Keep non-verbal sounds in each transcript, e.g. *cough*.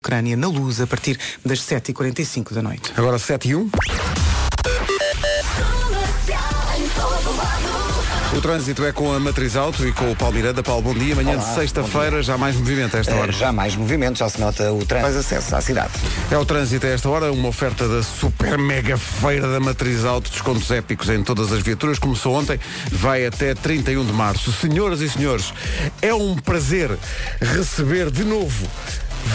Ucrânia na luz a partir das 7h45 da noite. Agora 7 e 1. Tá O trânsito é com a Matriz Auto e com o Paulo Miranda. Paulo, bom dia. Amanhã Olá, de sexta-feira já mais movimento a esta hora. Eh, Já mais movimento, já se nota o trânsito. Mais acesso à cidade. É o trânsito a esta hora, uma oferta da super mega feira da Matriz Auto, descontos épicos em todas as viaturas. Começou ontem, vai até 31 de março. Senhoras e senhores, é um prazer receber de novo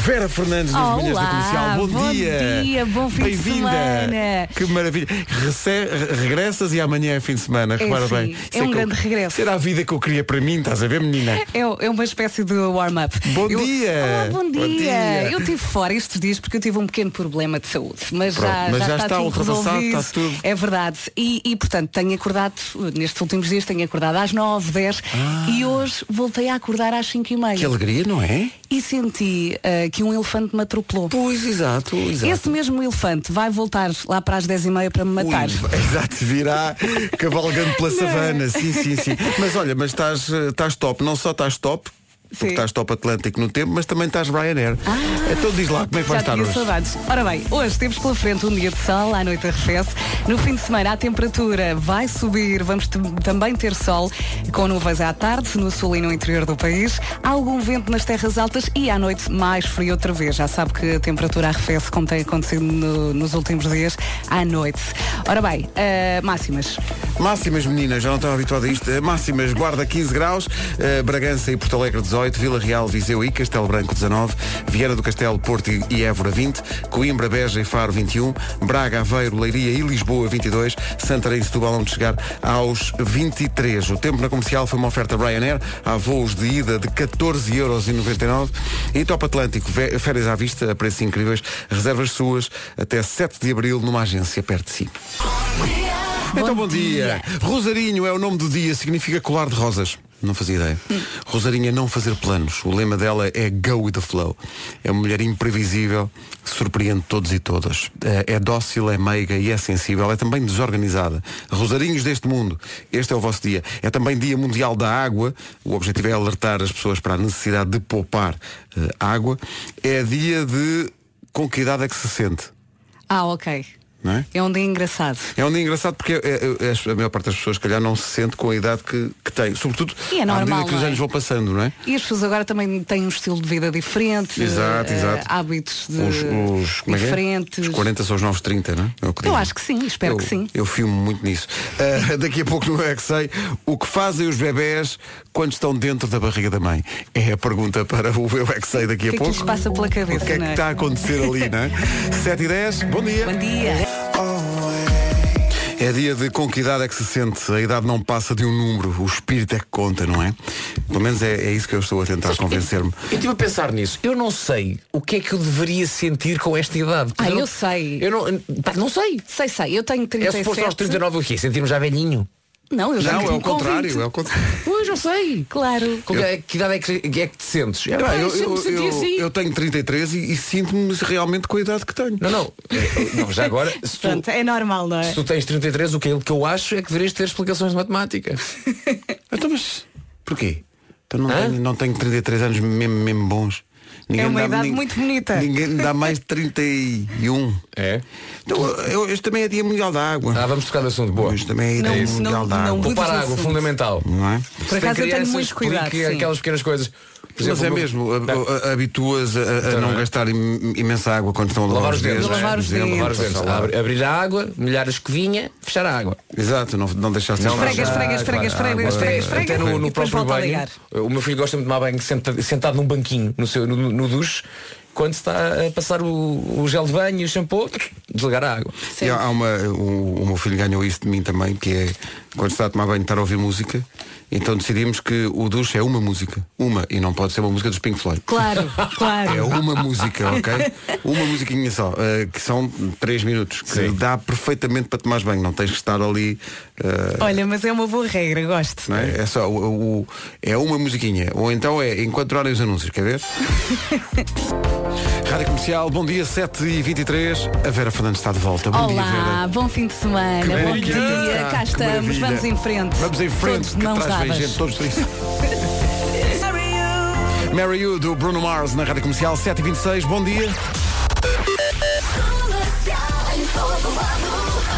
Vera Fernandes nas Olá, manhãs da comercial. Bom, bom dia, bom fim de Bem-vinda. semana. Que maravilha. Rece- re- regressas e amanhã é fim de semana, repara sim, bem. é Isso um que grande regresso. Será a vida que eu queria para mim, estás a ver, menina? É, o- é uma espécie de warm-up. Bom Eu- dia. Olá, bom, Bom dia. dia. Eu estive fora estes dias porque eu tive um pequeno problema de saúde. Mas, já, Pronto, mas já está tudo ultrapassado, resolvido. está tudo. É verdade. E, e, portanto, tenho acordado, uh, nestes últimos dias, tenho acordado às 9, 10 e hoje voltei a acordar às 5 e meia. Ah. Que alegria, não é? E senti uh, que um elefante me atropelou. Pois, exato, exato. Esse mesmo elefante vai voltar lá para as 10 e meia para me matar. Ui, exato, virá cavalgando pela savana, sim, sim, sim. Mas olha, mas estás, eh, estás top, não só estás top, porque Sim. Ah. estás top Atlântico no tempo, mas também estás Ryanair. Então diz lá como é que vai Já estar tinha hoje. saudades. Ora bem, hoje temos pela frente um dia de sol, à noite arrefece. No fim de semana a temperatura vai subir, vamos t- também ter sol com nuvens à tarde, no sul e no interior do país. Algum vento nas terras altas e à noite mais frio outra vez. Já sabe que a temperatura arrefece, como tem acontecido no- nos últimos dias, à noite. Ora bem, eh, máximas. Máximas, meninas, já não estava habituado a isto. Eh, Máximas, Guarda 15 graus, eh, Bragança e Porto Alegre 18, Vila Real, Viseu e Castelo Branco 19, Vieira do Castelo, Porto e e Évora 20, Coimbra, Beja e Faro 21, Braga, Aveiro, Leiria e Lisboa 22, Santarém e Setúbal onde chegar aos 23. O tempo na comercial foi uma oferta Ryanair, há voos de ida de 14,99€ e Top Atlântico, ve- férias à vista a preços incríveis, reservas suas até 7 de Abril numa agência perto de si. Então bom dia. Rosarinho é o nome do dia, significa colar de rosas. Não fazia ideia. Rosarinho é não fazer planos. O lema dela é Go with the Flow. É uma mulher imprevisível, surpreende todos e todas. Eh, É dócil, é meiga e é sensível. É também desorganizada. Rosarinhos deste mundo, este é o vosso dia. É também Dia Mundial da Água. O objetivo é alertar as pessoas para a necessidade de poupar eh, água. É dia de com que idade é que se sente, Ah, ok. não é? É um dia engraçado. É um dia engraçado porque é, é, é, a maior parte das pessoas, se calhar, não se sente com a idade que, que tem. Sobretudo E é à medida normal, que os não é? anos vão passando, não é? E as pessoas agora também têm um estilo de vida diferente, Exato, eh, exato. hábitos de- Os, os, como é que é? diferentes. Os 40 são os novos 30, não é? É o Eu dizem. acho que sim, espero eu, que sim. Eu filmo muito nisso. Ah, daqui a pouco no É Que Sei, o que fazem os bebés quando estão dentro da barriga da mãe? É a pergunta para o Eu É Que Sei daqui O que a é que pouco. lhes passa pela o cabeça, que é que não é? está a acontecer ali, *laughs* não é? 7 e 10, bom dia. Bom dia. É dia de com que idade é que se sente. A idade não passa de um número. O espírito é que conta, não é? Pelo menos é, é isso que eu estou a tentar convencer-me. Eu estive a pensar nisso. Eu não sei o que é que eu deveria sentir com esta idade. Ah, eu não- sei. Eu não, pá, não sei. Sei, sei, eu tenho É 37. suposto aos 39 o quê? Sentir-me já velhinho? Não, eu já Não, me é o convido. contrário. É o contrário. Pois, não sei. Claro. Com que, que idade é que, é que te sentes? É, Pá, pá, eu, eu, sempre me eu, senti eu- assim. eu tenho 33 e, e sinto-me realmente com a idade que tenho. Não, não. É, não, Já agora, se tu, Portanto, é normal, não se é? tu tens 33, o que, é- o que eu acho é que deverias ter explicações de matemática. Então, mas porquê? Então não, Hã? tenho, não tenho 33 anos mesmo, mesmo bons. Ninguém uma dá- idade nin- muito bonita. Ninguém me *laughs* dá mais de 31. É? Então, eu, este também é dia mundial da água. Ah, vamos tocar de assunto. Boa. Este também é dia Não, não- mundial da não- água. Mudas Poupar de água, assunto. fundamental. Não é? Por acaso eu tenho muito cuidado. explique sim. aquelas pequenas coisas. Mas Por exemplo, é o meu- mesmo, a- Não. a- habituas a, a não não é? gastar im- imensa água quando estão a lavar, Lavar os dedos, não é? Lavar os Por exemplo, dedos. Lavar os dentes. passar lá. Abre- Abrir a água, molhar a escovinha, fechar a água. Exato, não, não deixaste Não, Esfrega, mas- esfregas. esfrega, Ah, esfrega, claro. esfrega, Ah, esfrega, até- esfrega. até no, no e depois próprio volta a banho. ligar. O meu filho gosta de tomar banho senta- sentado num banquinho no, seu, no, no duche. Quando se está a passar o, o gel de banho e o shampoo, desligar a água. E há há uma, um, o, o meu filho ganhou isso de mim também, que é quando está a tomar banho estar a ouvir música, então decidimos que o duche é uma música. Uma, e não pode ser uma música dos Pink Floyd. Claro, É claro. uma *laughs* música, ok? Uma musiquinha só, eh, que são três minutos, que dá perfeitamente para tomar banho, não tens que estar ali eh, Olha, mas é uma boa regra, gosto. Não é? É só o, o- é uma musiquinha. Ou então é enquanto durarem os anúncios, quer *laughs* ver? Rádio Comercial, bom dia, 7h23. A Vera Fernandes está de volta. Tá Bom dia, Olá, Vera. bom fim de semana, bom maravilha. dia, cá Que estamos, maravilha. vamos em frente. Vamos em frente, Todos de que mãos atrás vem dadas. gente, todos tristes. Mary You do Bruno Mars na Rádio Comercial 726. Bom dia.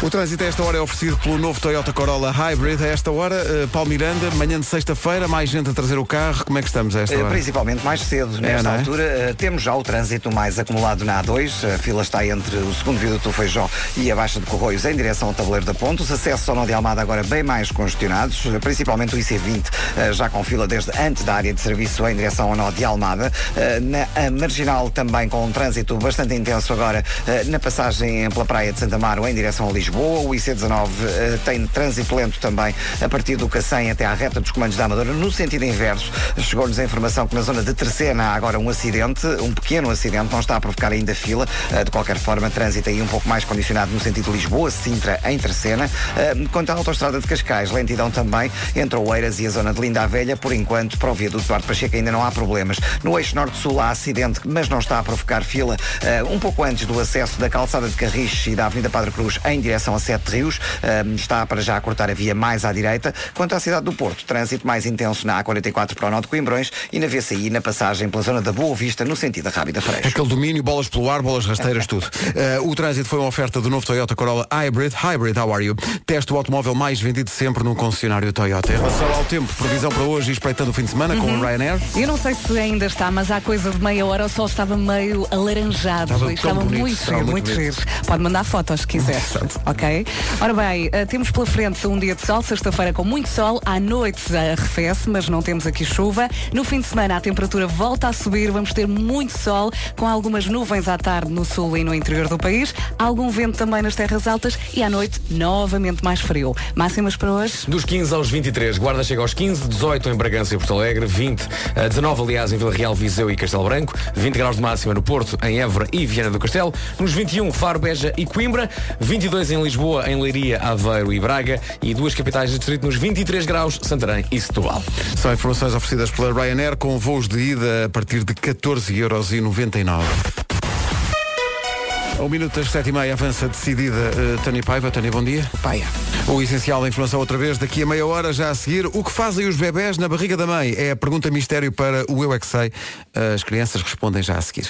O trânsito a esta hora é oferecido pelo novo Toyota Corolla Hybrid. A esta hora, eh, Paulo Miranda, manhã de sexta-feira, mais gente a trazer o carro. Como é que estamos a esta Eh, hora? Principalmente mais cedo, nesta não é? altura. eh, Temos já o trânsito mais acumulado na A2. A fila está entre o segundo viaduto do Feijó e a Baixa de Corroios em direção ao Tabuleiro da Ponte. Os acessos ao Nó de Almada agora bem mais congestionados, eh, principalmente o IC20, eh, já com fila desde antes da área de serviço em direção ao Nó de Almada. Eh, Na a Marginal também com um trânsito bastante intenso agora eh, na passagem pela Praia de Santa Maro em direção a Lisboa. O IC19 eh, tem trânsito lento também a partir do Cacém até à reta dos comandos da Amadora, no sentido inverso. Chegou-nos a informação que na zona de Terceira há agora um acidente, um pequeno acidente, não está a provocar ainda fila. Eh, De qualquer forma, trânsito aí um pouco mais condicionado no sentido Lisboa-Sintra em Terceira. Eh, Quanto à autoestrada de Cascais, lentidão também entre Oeiras e a zona de Linda a Velha, por enquanto, para o viaduto Duarte Pacheco ainda não há problemas. No eixo norte-sul há acidente, mas não está a provocar fila. eh, um pouco antes do acesso da calçada de Carris e da Avenida Padre Cruz em direção a Sete Rios, eh, está para já a cortar a via mais à direita. Quanto à cidade do Porto, trânsito mais intenso na A44 para o Norte de Coimbrões e na VCI na passagem pela zona da Boa Vista no sentido da Rábida Freixo. Aquele domínio, bolas pelo ar, bolas rasteiras, tudo. Eh, o trânsito foi uma oferta do novo Toyota Corolla Hybrid. Hybrid, how are you? Teste o automóvel mais vendido sempre num concessionário Toyota. Em relação ao tempo, previsão para hoje e espreitando o fim de semana com o Ryanair. Eu não sei se ainda está, mas há coisa de meia hora o sol estava meio alaranjado. Estava tão e estava bonito, muito estava giro, muito muito bonito. giro. Pode mandar fotos se quiser. ok? Ora bem, eh, temos pela frente um dia de sol, sexta-feira com muito sol, à noite arrefece, mas não temos aqui chuva. No fim de semana a temperatura volta a subir, vamos ter muito sol, com algumas nuvens à tarde no sul e no interior do país, algum vento também nas terras altas e à noite novamente mais frio. Máximas para hoje? Dos 15 aos 23, Guarda chega aos 15, 18 em Bragança e Porto Alegre, 20, eh, 19 aliás em Vila Real, Viseu e Castelo Branco, 20 graus de máxima no Porto, em Évora e Viana do Castelo, nos 21 Faro, Beja e Coimbra, 22 em Lisboa, em Leiria, Aveiro e Braga e duas capitais de distrito nos 23 graus, Santarém e Setúbal. São informações oferecidas pela Ryanair com voos de ida a partir de 14,99€. Um minuto das sete e meia avança decidida eh, Tânia Paiva. Tânia, bom dia. Paia. O essencial da informação outra vez, daqui a meia hora já a seguir. O que fazem os bebés na barriga da mãe? É a pergunta mistério para o Eu É Que Sei. As crianças respondem já a seguir.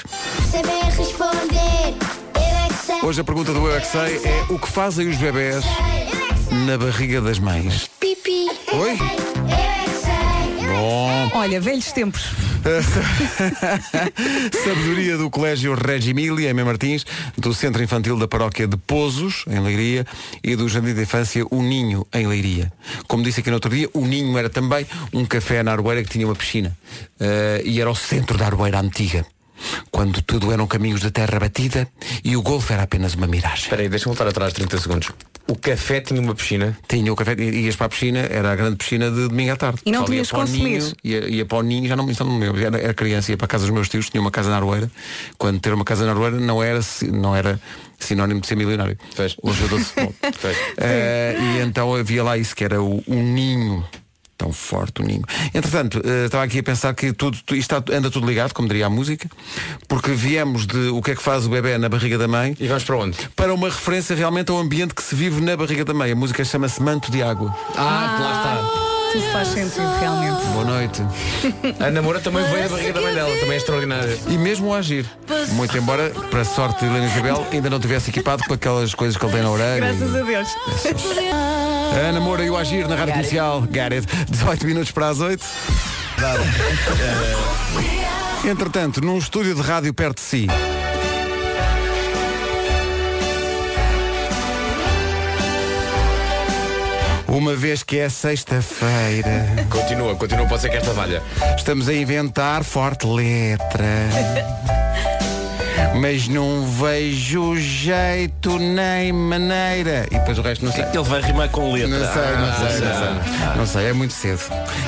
Saber responder, eu é que sei. Hoje a pergunta do Eu É Que Sei é o que fazem os bebés Eu é que sei. na barriga das mães? Pipi. Eu Oi? é que sei. Bom, Olha, velhos tempos. *laughs* Sabedoria do Colégio Regi Emília, em Mem Martins, do Centro Infantil da Paróquia de Pozos, em Leiria, e do Jardim de Infância O Ninho, em Leiria. Como disse aqui no outro dia, o Ninho era também um café na Aroeira que tinha uma piscina. eh, e era o centro da Aroeira Antiga. Quando tudo eram caminhos de terra batida e o golfe era apenas uma miragem. Ah, Espera aí, deixa-me voltar atrás 30 segundos. O café tinha uma piscina. Tinha o café, i- ias para a piscina, era a grande piscina de domingo à tarde. E não Só tinhas ia para o consumir. Ninho, Ia, ia para o ninho, já não, já não me lembro, era, era criança, ia para a casa dos meus tios, tinha uma casa na Aroeira. Quando ter uma casa na Aroeira não era, si- não era sinónimo de ser milionário. Pois. O jogador de *laughs* futebol. Pois. Eh, e então havia lá isso que era o, o ninho. Tão forte o ninho. Entretanto, eh, estava aqui a pensar que tudo, tu- isto está- anda tudo ligado, como diria a música, porque viemos de o que é que faz o bebê na barriga da mãe E vamos para onde? para uma referência realmente ao ambiente que se vive na barriga da mãe. A música chama-se Manto de Água. Ah, lá Tudo faz sentido realmente. Boa noite. está. A namora também veio da barriga da mãe dela, também é extraordinária. E mesmo a agir. Muito embora, para a sorte de Helena Isabel, ainda não tivesse equipado com aquelas coisas que ele tem na orelha. Graças a Deus. Ana Moura e o Agir na Rádio Comercial. Gareth, 18 minutos para as 8. Entretanto, num estúdio de rádio perto de si. Uma vez que é sexta-feira. Continua, continua, pode ser que esta valha. Então, Estamos a inventar forte letra. *laughs* Mas não vejo jeito nem maneira. E depois o resto não sei. Ele vai rimar com letra. Ah, Não sei, não sei, não sei. Não sei, é muito cedo.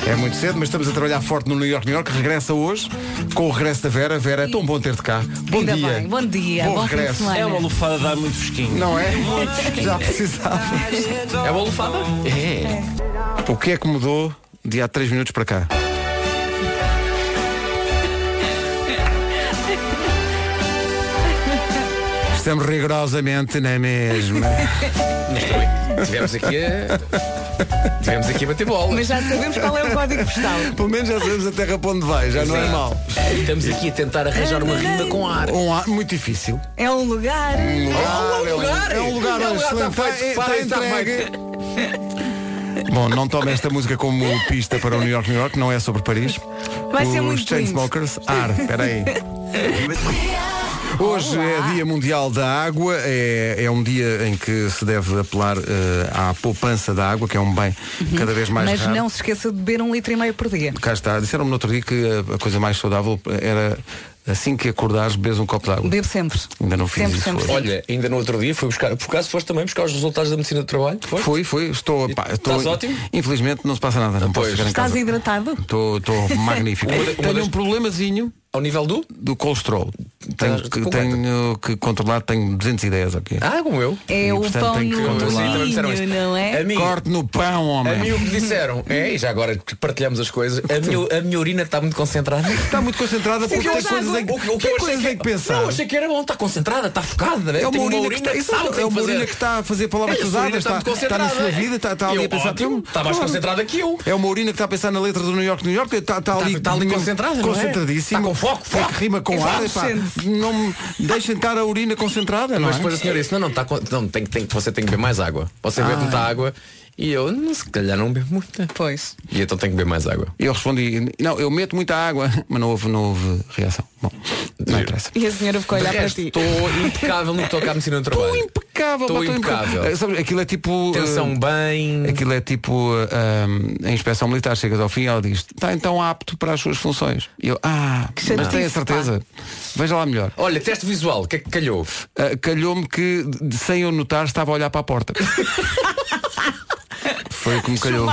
É muito cedo, mas estamos a trabalhar forte no New York, New York. Regressa hoje com o regresso da Vera. Vera, é tão bom ter-te cá. Bom Ainda dia. bem. Bom dia. Bom Bom fim de regresso. um semana. É uma lufada dá muito fresquinho. Não *laughs* é? Já precisava. É uma lufada? É. O que é que mudou de há 3 minutos para cá? Estamos rigorosamente na mesma. Tivemos aqui a... Tivemos aqui a bater bola. Mas já sabemos qual é o código postal. *laughs* Pelo menos já sabemos a terra para onde vai, já não é mal. Estamos aqui a tentar arranjar uma rima com ar. Um ar muito difícil. É um lugar. é um lugar, é um lugar, excelente. está feito. Está, Parem, está entregue. Bom, não tome esta música como pista para o New York, New York, não é sobre Paris. Vai Os ser muito lindo. Chainsmokers, ar, *laughs* espera aí. Hoje é Dia Mundial da Água, é, é um dia em que se deve apelar eh, à poupança da água, que é um bem cada vez mais Uhum. Mas raro. não se esqueça de beber um litro e meio por dia. Cá está, disseram-me no outro dia que a- a coisa mais saudável era assim que acordares, bebes um copo de água. Bebo sempre. Ainda não fiz sempre, isso Sempre, hoje. sempre. Olha, ainda no outro dia fui buscar. Por acaso foste também buscar os resultados da medicina do trabalho? Foste? Foi, foi, estou, E pá, estou- estás ótimo? Infelizmente não se passa nada, não posso Pois. ficar em Estás casa. hidratado? Estou *laughs* estou magnífico. Uma da- uma tenho das- um problemazinho Ao nível do? do colesterol. Tenho Tá, que, completa. tenho que controlar, tenho 210 aqui. Ah, como eu. É E, o portanto, pão tem que no controlar. Sim, também me disseram moinho, isto. não A é? mim, Corte no pão, a mim homem. o que disseram. É, e já agora que partilhamos as coisas, a minha, a minha urina está muito concentrada. Está muito concentrada O que porque eu tem achava- coisas em que, o que- o que tem eu achei coisas que- em que pensar. Não, eu achei que era bom, está concentrada, está focada. É eu uma tenho urina que está, que sabe o que é tem uma que urina fazer. que está a fazer É, palavras essa cruzadas, urina está, muito está na sua concentrada. vida, está, está E ali eu, a pensar. ótimo, "Hum, Está mais claro." concentrada que eu. É uma urina que está a pensar na letra do New York, New York, está, está ali, está ali concentrada, não é? concentradíssimo. Está com foco, É que foco. rima com ar, epá, Sente-se. não me deixem estar a urina concentrada, não Mas é? depois a senhora disse, não, não, tá, con- não tem, que- tem, que- você tem que beber mais água. Você Ah. bebe muita água e eu, não, se calhar não bebo muita. Pois. E então tenho que beber mais água. Eu respondi, não, eu meto muita água, *laughs* mas não houve, não houve reação. Bom, não Giro. interessa. E a senhora ficou a olhar para resto, ti. Estou impecável no que toca à medicina do Estou trabalho. impecável, Estou pá, tô impecável. Eh, sabes, aquilo é tipo. Atenção eh, bem. Aquilo é tipo eh, eh, a inspeção militar, chegas ao fim e ela diz, está então apto para as suas funções. E eu, ah, mas chatice, tenho a certeza. Veja lá melhor. Olha, teste visual, o que é que calhou? Ah, Calhou-me que, de- sem eu notar, estava a olhar para a porta. Foi o que me calhou.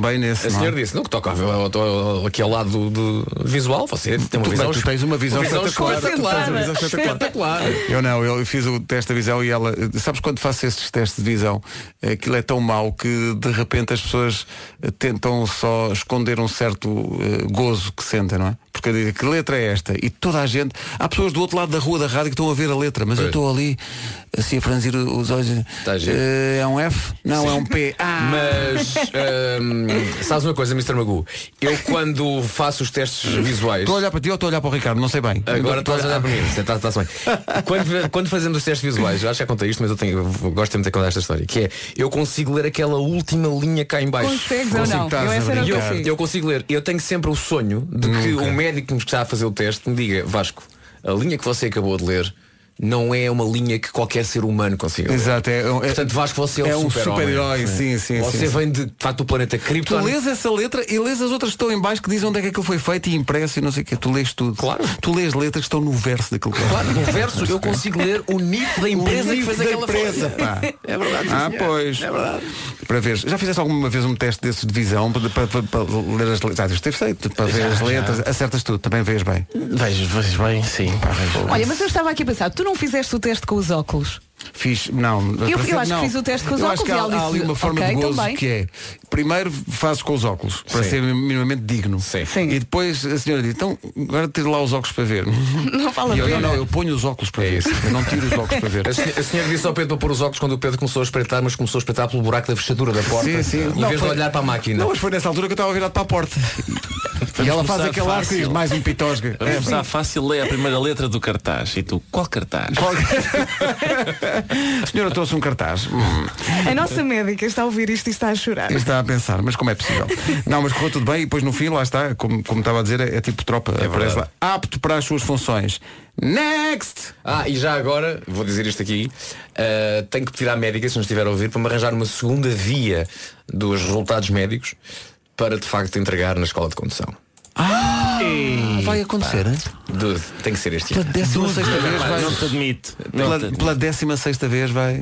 Bem nesse. A não é? senhora disse, não, que toca ao- ao- ao- aqui ao lado do, do visual, você tem uma Tu- visão. tu tens uma visão espetacular. espetacular. Tu tens uma visão espetacular. Eu não, eu fiz o teste da visão e ela. Sabes quando faço esses testes de visão? Aquilo é tão mau que de repente as pessoas eh, tentam só esconder um certo eh, gozo que sentem, não é? Porque dizem que letra é esta? E toda a gente. Há pessoas do outro lado da rua da rádio que estão a ver a letra, mas eu Pois. estou ali assim a franzir os olhos. É. Tá giro. Eh, é um F? Não, é um *laughs* P. Ah! *laughs* Mas hum, sabes uma coisa, Mr. Magu? Eu quando faço os testes visuais. Estou a olhar para ti ou estou a olhar para o Ricardo? Não sei bem. Agora Estou estás a olhar para mim, está está bem. Quando, quando fazemos os testes visuais, eu acho que já contei isto, mas eu, tenho, eu gosto muito de contar esta história, que é eu consigo ler aquela última linha cá em baixo. Consegues ou Consigo, não? estás Eu a essa não E eu, brincar. consigo. eu consigo ler. Eu tenho sempre o sonho de que o médico que me está a fazer o teste me diga, Vasco, a linha que você acabou de ler não é uma linha que qualquer ser humano consiga ler. Exato, é, é, Portanto, Vasco, você é, é um um super-homem. super-herói, sim, sim, Você sim. vem de, de facto do planeta Tu Krypton. lês essa letra e lês as outras que estão em baixo que dizem onde é que aquilo foi feito e impresso e não sei o quê. Tu lês tudo. Claro. Tu lês letras que estão no verso daquilo que Claro, no verso eu consigo ler o NIF da empresa que nível fez da aquela empresa, folha. pá. É verdade. sim, Ah, senhor. pois. É verdade. Para ver, já fizeste alguma vez um teste desses de visão para, para- para- para ler as letras? Ah, teve feito, para ver as letras, acertas tudo, também vês bem. Vejo, vejo bem, sim. Olha, mas eu estava aqui a pensar, tu não fizeste o teste com os óculos? Fiz, não. eu parece- acho que não. fiz o teste com os Eu óculos acho que e há, ela há ali disse, uma forma "Ok, de gozo então bem." que é. Primeiro fazes com os óculos, para Sim. ser minimamente digno. Sim. Sim. E depois a senhora diz, então agora tira lá os óculos para ver. *laughs* Não fala E eu, não, bem. né? não, eu ponho os óculos para É ver. isso. Eu não tiro os óculos para ver. *laughs* A senhora, a senhora disse ao Pedro para pôr os óculos quando o Pedro começou a espreitar, mas começou a espreitar pelo buraco da fechadura da porta. Sim, sim. Em Não, vez foi- de olhar para a máquina. Não, mas foi nessa altura que eu estava virado para a porta. e ela faz começar aquele arco e diz fácil. mais um pitosga. Vamos começar fácil, é a primeira letra do cartaz. E tu, qual cartaz? A senhora trouxe um cartaz. Hum, A nossa médica está a ouvir isto e está a chorar. está a pensar, mas como é possível? Não, mas correu tudo bem e depois no fim, lá está, como, como estava a dizer, é, é tipo tropa. aparece lá. Né? verdade. Apto para as suas funções. Next! Ah, e já agora, vou dizer isto aqui, uh, tenho que pedir à médica, se não estiver a ouvir, para me arranjar uma segunda via dos resultados médicos para de facto entregar na escola de condução. Vai acontecer, hein? Dude, tem que ser este ano. décima sexta vez Rapaz, vai. Não te admito. Não te Pela, admito. pela décima sexta vez vai.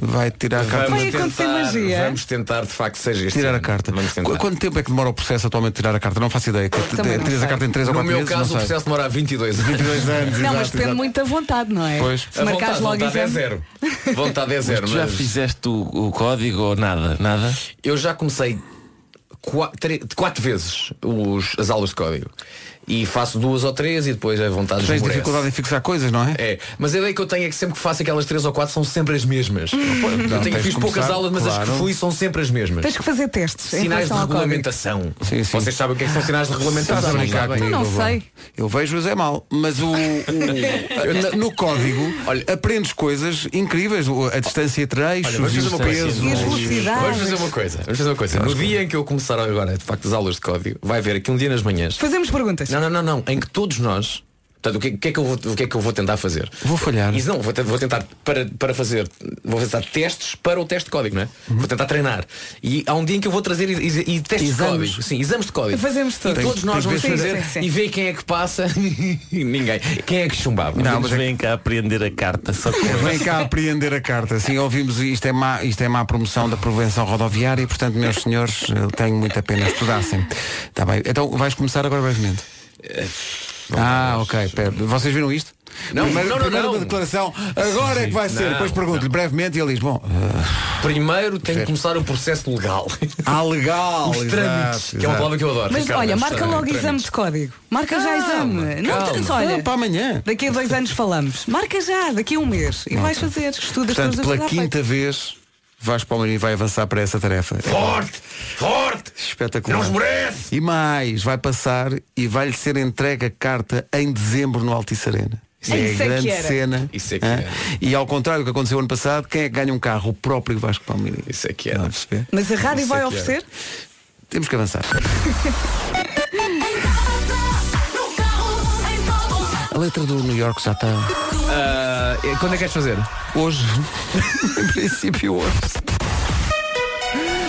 Vai tirar a carta. Vai acontecer magia. vamos tentar de facto que seja este Tirar a ano. carta. Vamos tentar. Qu- Quanto tempo é que demora o processo atualmente de tirar a carta? Não faço ideia. Também não Tiras a sei. carta em 3 ou No 4 meu meses? caso, o não sei. *laughs* processo demora *laughs* há 22 anos. 22 anos, Não, exato, mas depende exato. muito da vontade, não é? Pois. Se marcares a logo vontade é exame- zero. Vontade é zero. Tu já mas- fizeste o, o código ou nada? Nada? Eu já comecei qua- tre- quatro, vezes os- as aulas de código. e faço duas ou três e depois a vontade Tens esmorece. dificuldade em fixar coisas, não é? É, mas a ideia que eu tenho é que sempre que faço aquelas três ou quatro são sempre as mesmas. Hum. Não, eu tenho, tens fiz de poucas começar, aulas, mas as claro. que fui são sempre as mesmas. Tens que fazer testes. em Sinais de relação ao Covid. regulamentação. Sim, sim. Vocês sabem o que é que são sinais de Estás regulamentação? a não é? brincar sabem? comigo. não Vó. sei. Eu vejo-os é mal, mas *laughs* o, o- no código Olha- aprendes coisas incríveis, o- a distância entre Olha, eixos, vamos fazer o uma peso. coisa. E as Vamos fazer velocidades. uma coisa. Vamos fazer uma coisa. No dia em que eu começar agora, de facto, as aulas de código, vai haver aqui um dia nas manhãs. Fazemos perguntas. Não, não, não, não. Em que todos nós. Portanto, o que, o que é que eu vou, o que é que eu vou tentar fazer? Vou falhar. Isso não, vou, te- vou tentar para, para fazer. Vou tentar testes para o teste de código, não é? Vou tentar treinar. E há um dia em que eu vou trazer e, e- e testes Exames. de código. Sim, exames de código. Fazemos todos. E todos Tem- nós tem que vamos ver se- fazer Sim, sim, sim. e ver quem é que passa. *laughs* Ninguém. Quem é que chumbava? Não, mas mas é vêm cá aprender a carta, só que Vem cá apreender a carta. Sim, ouvimos isto é má, isto é má promoção da prevenção rodoviária e, portanto, meus senhores, eu tenho muita pena estudassem. Tá bem. Então vais começar agora brevemente. Ah, ok. Pera. Vocês viram isto? Não, primeiro, não, não, primeiro não. uma declaração. Agora é que vai ser. Não, Depois pergunto-lhe brevemente e ele diz, bom, Primeiro tem que começar o processo legal. ah, legal. *laughs* Os exato, trâmites, que é uma exato. palavra que eu adoro. Mas Ricardo, olha, os marca trâmites. logo exame de código. Marca já Calma, exame. Não calma. tens, Ah, olha. para amanhã. Daqui a dois anos falamos. Marca já, daqui a um mês. E vais fazer. Estudas Portanto, todos os pela quinta vez, Vasco Palmeirinho vai avançar para essa tarefa. Forte! Forte! Espetacular. Não esmorece! E mais, vai passar e vai-lhe ser entregue a carta em dezembro no Altice Arena. é é que a grande era. cena. Isso é que hã? era. E ao contrário do que aconteceu ano passado, quem é que ganha um carro? O próprio Vasco Palmeirinho. Isso é que Estão a era. perceber? Mas a rádio Isso vai é que oferecer? Temos que avançar. A letra do New York já está Ah, quando é que queres fazer? *laughs* hoje. em princípio hoje.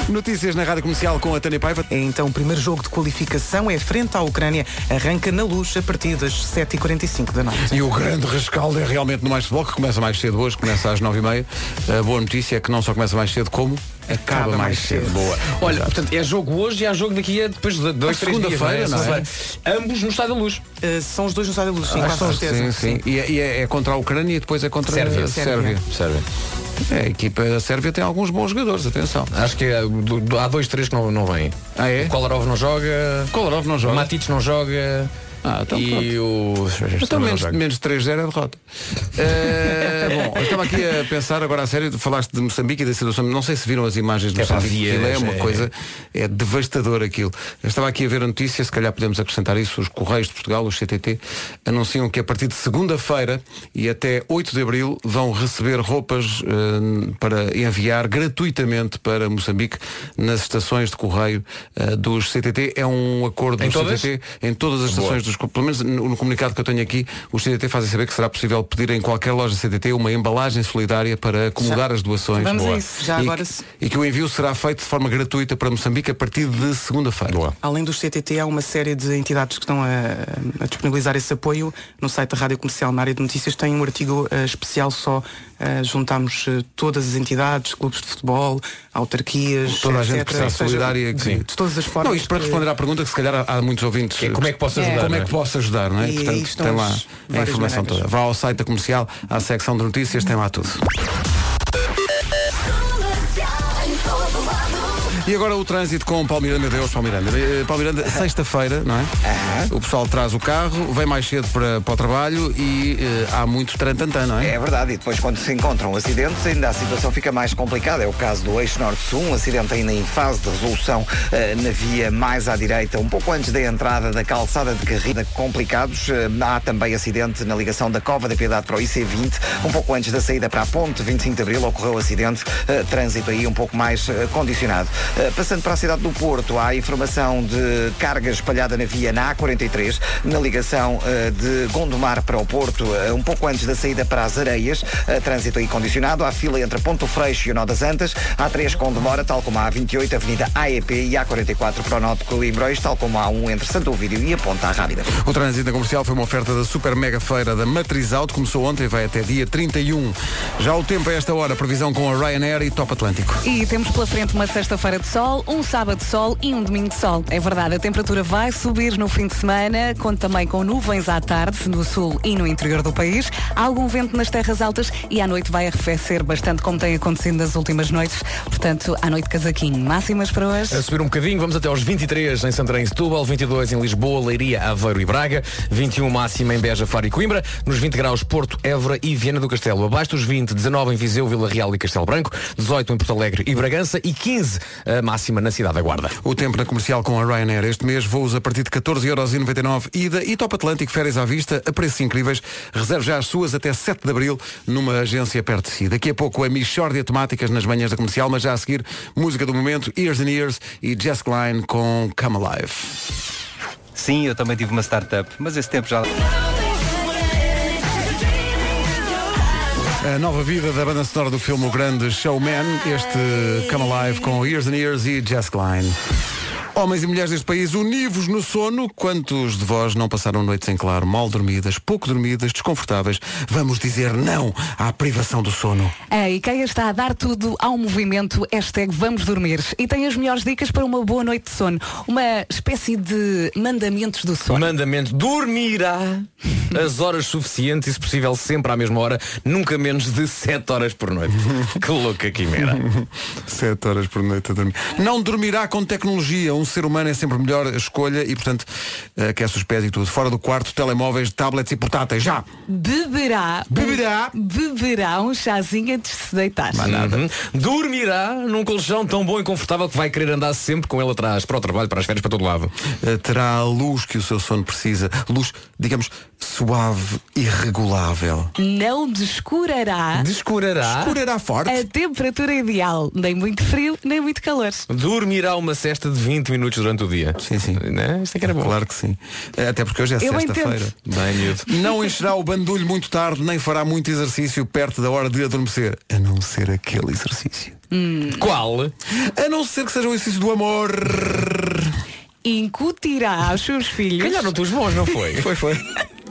Notícias na Rádio Comercial com a Tânia Paiva. Então, o primeiro jogo de qualificação é frente à Ucrânia. Arranca na luz a partir das 7h45 da noite. E o grande rescaldo é realmente no Mais Futebol, que começa mais cedo hoje, começa às 9h30. A boa notícia é que não só começa mais cedo, como acaba, Acaba mais, mais cedo. cedo. Boa. Olha, portanto, é jogo hoje e há jogo daqui a depois de dois, três dias. segunda-feira, não é? Ah, Segunda-feira. Ambos no Estádio da Luz. Uh, são os dois no Estádio da Luz, sim, com a certeza. Sim, sim. E, é, e é- é contra a Ucrânia e depois é contra a Sérvia. Sérvia. Serve. É, a equipa da Sérvia tem alguns bons jogadores, atenção. Acho que há do- do- há dois, três que não, não vêm. Ah, é? O Kolarov não joga. Kolarov não joga. Matic não joga. Ah, então e o. Mas então Também menos, não joga. menos 3-0 é derrota. Eh, bom, eu estava aqui a pensar agora a sério, falaste de Moçambique e da situação, não sei se viram as imagens de É pá, Moçambique, vi, aquilo é é, uma é. coisa, é devastador aquilo. Eu estava aqui a ver a notícia, se calhar podemos acrescentar isso, os Correios de Portugal, os CTT, anunciam que a partir de segunda-feira e até 8 de abril vão receber roupas eh, para enviar gratuitamente para Moçambique nas estações de correio eh, dos CTT. É um acordo Em dos todas? CTT em todas as estações dos pelo menos no, no comunicado que eu tenho aqui, os CDT fazem saber que será possível pedir em qualquer loja CDT uma embalagem solidária para acomodar as doações. Vamos a Boa. isso. Já e, agora que- se- e que o envio será feito de forma gratuita para Moçambique a partir de segunda-feira. Além dos CTT, há uma série de entidades que estão a, a disponibilizar esse apoio. No site da Rádio Comercial, na área de notícias, tem um artigo eh, especial só. eh, juntamos eh, todas as entidades, clubes de futebol, autarquias, Toda a etc. gente que está Ou seja, solidária que- De todas as formas. Não, isto para que- responder à pergunta que se calhar há há muitos ouvintes. Que é como é que posso ajudar, Como não é é? que posso ajudar, não é? E aí Portanto, estão tem lá as a várias informação maneiras. toda. Vá ao site da comercial, à secção de notícias, tem lá tudo. E agora o trânsito com o Paulo Miranda, meu Deus, Paulo Miranda. Eh, Paulo Miranda, sexta-feira, não é? O pessoal traz o carro, vem mais cedo para, para o trabalho e eh, há muito trantantã, não é? É verdade, e depois quando se encontram acidentes, ainda a situação fica mais complicada. É o caso do eixo norte-sul, um acidente ainda em fase de resolução eh, na via mais à direita, um pouco antes da entrada da calçada de carrida complicados. Eh, há também acidente na ligação da Cova da Piedade para o IC20, um pouco antes da saída para a ponte, 25 de Abril, ocorreu acidente, eh, trânsito aí um pouco mais eh, condicionado. Eh, passando para a cidade do Porto, há informação de carga espalhada na via na A43, na ligação eh, de Gondomar para o Porto, eh, um pouco antes da saída para as Areias, eh, trânsito aí condicionado, há fila entre Ponto Freixo e o Nó das Antas, há três com demora, tal como a A28, Avenida AEP e A44 para o Nó de Coimbrois, tal como a A1 entre Santo Ovídio e a Ponta à Rábida. O trânsito na comercial foi uma oferta da super mega feira da Matriz Auto, começou ontem e um. vai até dia 31. Já o tempo a esta hora, previsão com a Ryanair e Top Atlântico. E temos pela frente uma sexta-feira de de sol, um sábado de sol e um domingo de sol. É verdade, a temperatura vai subir no fim de semana, conto também com nuvens à tarde no sul e no interior do país, algum vento nas terras altas e à noite vai arrefecer bastante, como tem acontecido nas últimas noites. Portanto, à noite casaquinho. Máximas para hoje. A subir um bocadinho, vamos até aos 23 em Santarém e Setúbal, 22 em Lisboa, Leiria, Aveiro e Braga, 21 máxima em Beja, Faro e Coimbra, nos 20 graus Porto, Évora e Viana do Castelo. Abaixo dos 20, 19 em Viseu, Vila Real e Castelo Branco, 18 em Porto Alegre e Bragança e 15 a máxima na cidade da Guarda. O tempo na comercial com a Ryanair este mês, voos a partir de 14,99€ ida e Top Atlântico férias à vista a preços incríveis. Reserve já as suas até 7 de abril numa agência perto de si. Daqui a pouco a Michórdia de Temáticas nas manhãs da comercial, mas já a seguir, música do momento, Ears and Ears e Jess Klein com Come Alive. Sim, eu também tive uma startup, mas esse tempo já. A nova vida da banda sonora do filme O Grande Showman, este Come Alive com Years and Years e Jess Klein. Homens e mulheres deste país univos no sono, quantos de vós não passaram noites em claro, mal dormidas, pouco dormidas, desconfortáveis? Vamos dizer não à privação do sono. A IKEA está a dar tudo ao movimento hashtag Vamos Dormir e tem as melhores dicas para uma boa noite de sono. Uma espécie de mandamentos do sono. Mandamento, dormirá as horas suficientes e, se possível, sempre à mesma hora, nunca menos de 7 horas por *laughs* noite. que louca quimera. Sete horas por noite a dormir. Não dormirá com tecnologia. Um ser humano é sempre a melhor escolha e, portanto, aquece os pés e tudo. Fora do quarto, telemóveis, tablets e portáteis. Já! Beberá. um- Beberá. Beberá um chazinho antes de se deitar. Uhum. Dormirá num colchão tão bom e confortável que vai querer andar sempre com ele atrás, para o trabalho, para as férias, para todo lado. Uh, terá a luz que o seu sono precisa. Luz, digamos, suave e regulável. Não descurará Descurará. Curará forte. a temperatura ideal. Nem muito frio, nem muito calor. Dormirá uma cesta de 20 minutos durante o dia. Sim, sim. Né? Isto é que era bom. Claro que sim. Uh, Até porque hoje é Eu sexta-feira. entendo. Bem, miúdo. Não encherá o bandulho muito tarde, nem fará muito exercício perto da hora de adormecer. A não ser aquele exercício. Hum. Qual? A não ser que seja o exercício do amor. Incutirá aos seus filhos Calharam os bons, não foi? Foi, foi.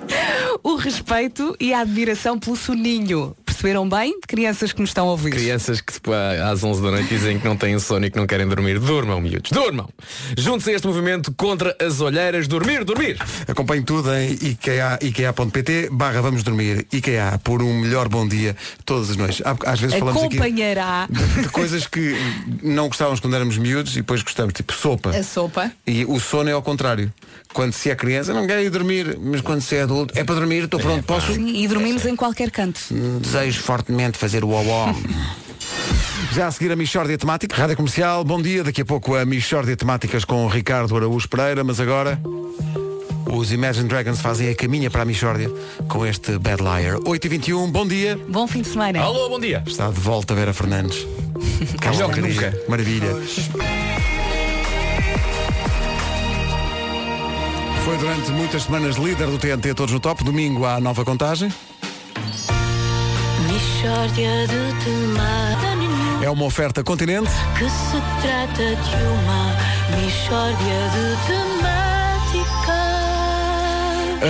*laughs* o respeito e a admiração pelo soninho. Perceberam bem? Crianças que nos estão a ouvir. Crianças que tipo, a- às 11 da noite dizem que não têm sono e que não querem dormir. Durmam, miúdos. Durmam. Junte-se a este movimento contra as olheiras. Dormir, dormir. Acompanhe tudo em IKEA, IKEA.pt barra vamos dormir. IKEA por um melhor bom dia todas as noites. Há- Às vezes falamos aqui Acompanhará de, de coisas que não gostávamos quando éramos miúdos e depois gostamos, tipo sopa. a sopa. E o sono é ao contrário. Quando se é criança, não quero ir dormir, mas quando se é adulto, é para dormir, estou pronto, posso? Hum. Um Sim, e dormimos em qualquer canto. Desejo fortemente fazer o uau Já a seguir a Michórdia Temática, Rádio Comercial, bom dia, daqui a pouco a Michórdia Temáticas com o Ricardo Araújo Pereira, mas agora os Imagine Dragons fazem a caminha para a Michórdia com este Bad Liar. 8h21, bom dia. Bom fim de semana. Alô, bom dia. Está de volta a Vera Fernandes. Cá *laughs* Melhor que maravilha, nunca. Maravilha. Foi durante muitas semanas líder do TNT Todos no Top. Domingo há nova contagem. Mishória de tomada nenhum É uma oferta continente. Que se trata de uma mishória de temática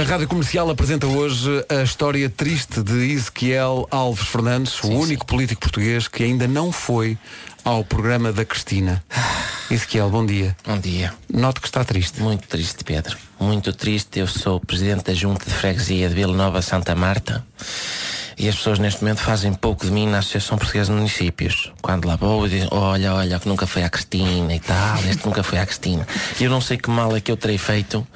A Rádio Comercial apresenta hoje a história triste de Ezequiel Alves Fernandes, o único político português que ainda não foi ao programa da *sighs* Cristina. Ezequiel, bom dia. Bom dia. Noto que está triste. Muito triste, Pedro. Muito triste. Eu sou o presidente da Junta de Freguesia de Vila Nova Santa Marta e as pessoas neste momento fazem pouco de mim na Associação Portuguesa de Municípios. Quando lá vou, dizem: Olha, olha, que nunca foi à Cristina e tal, este nunca foi à Cristina. E eu não sei que mal é que eu terei feito.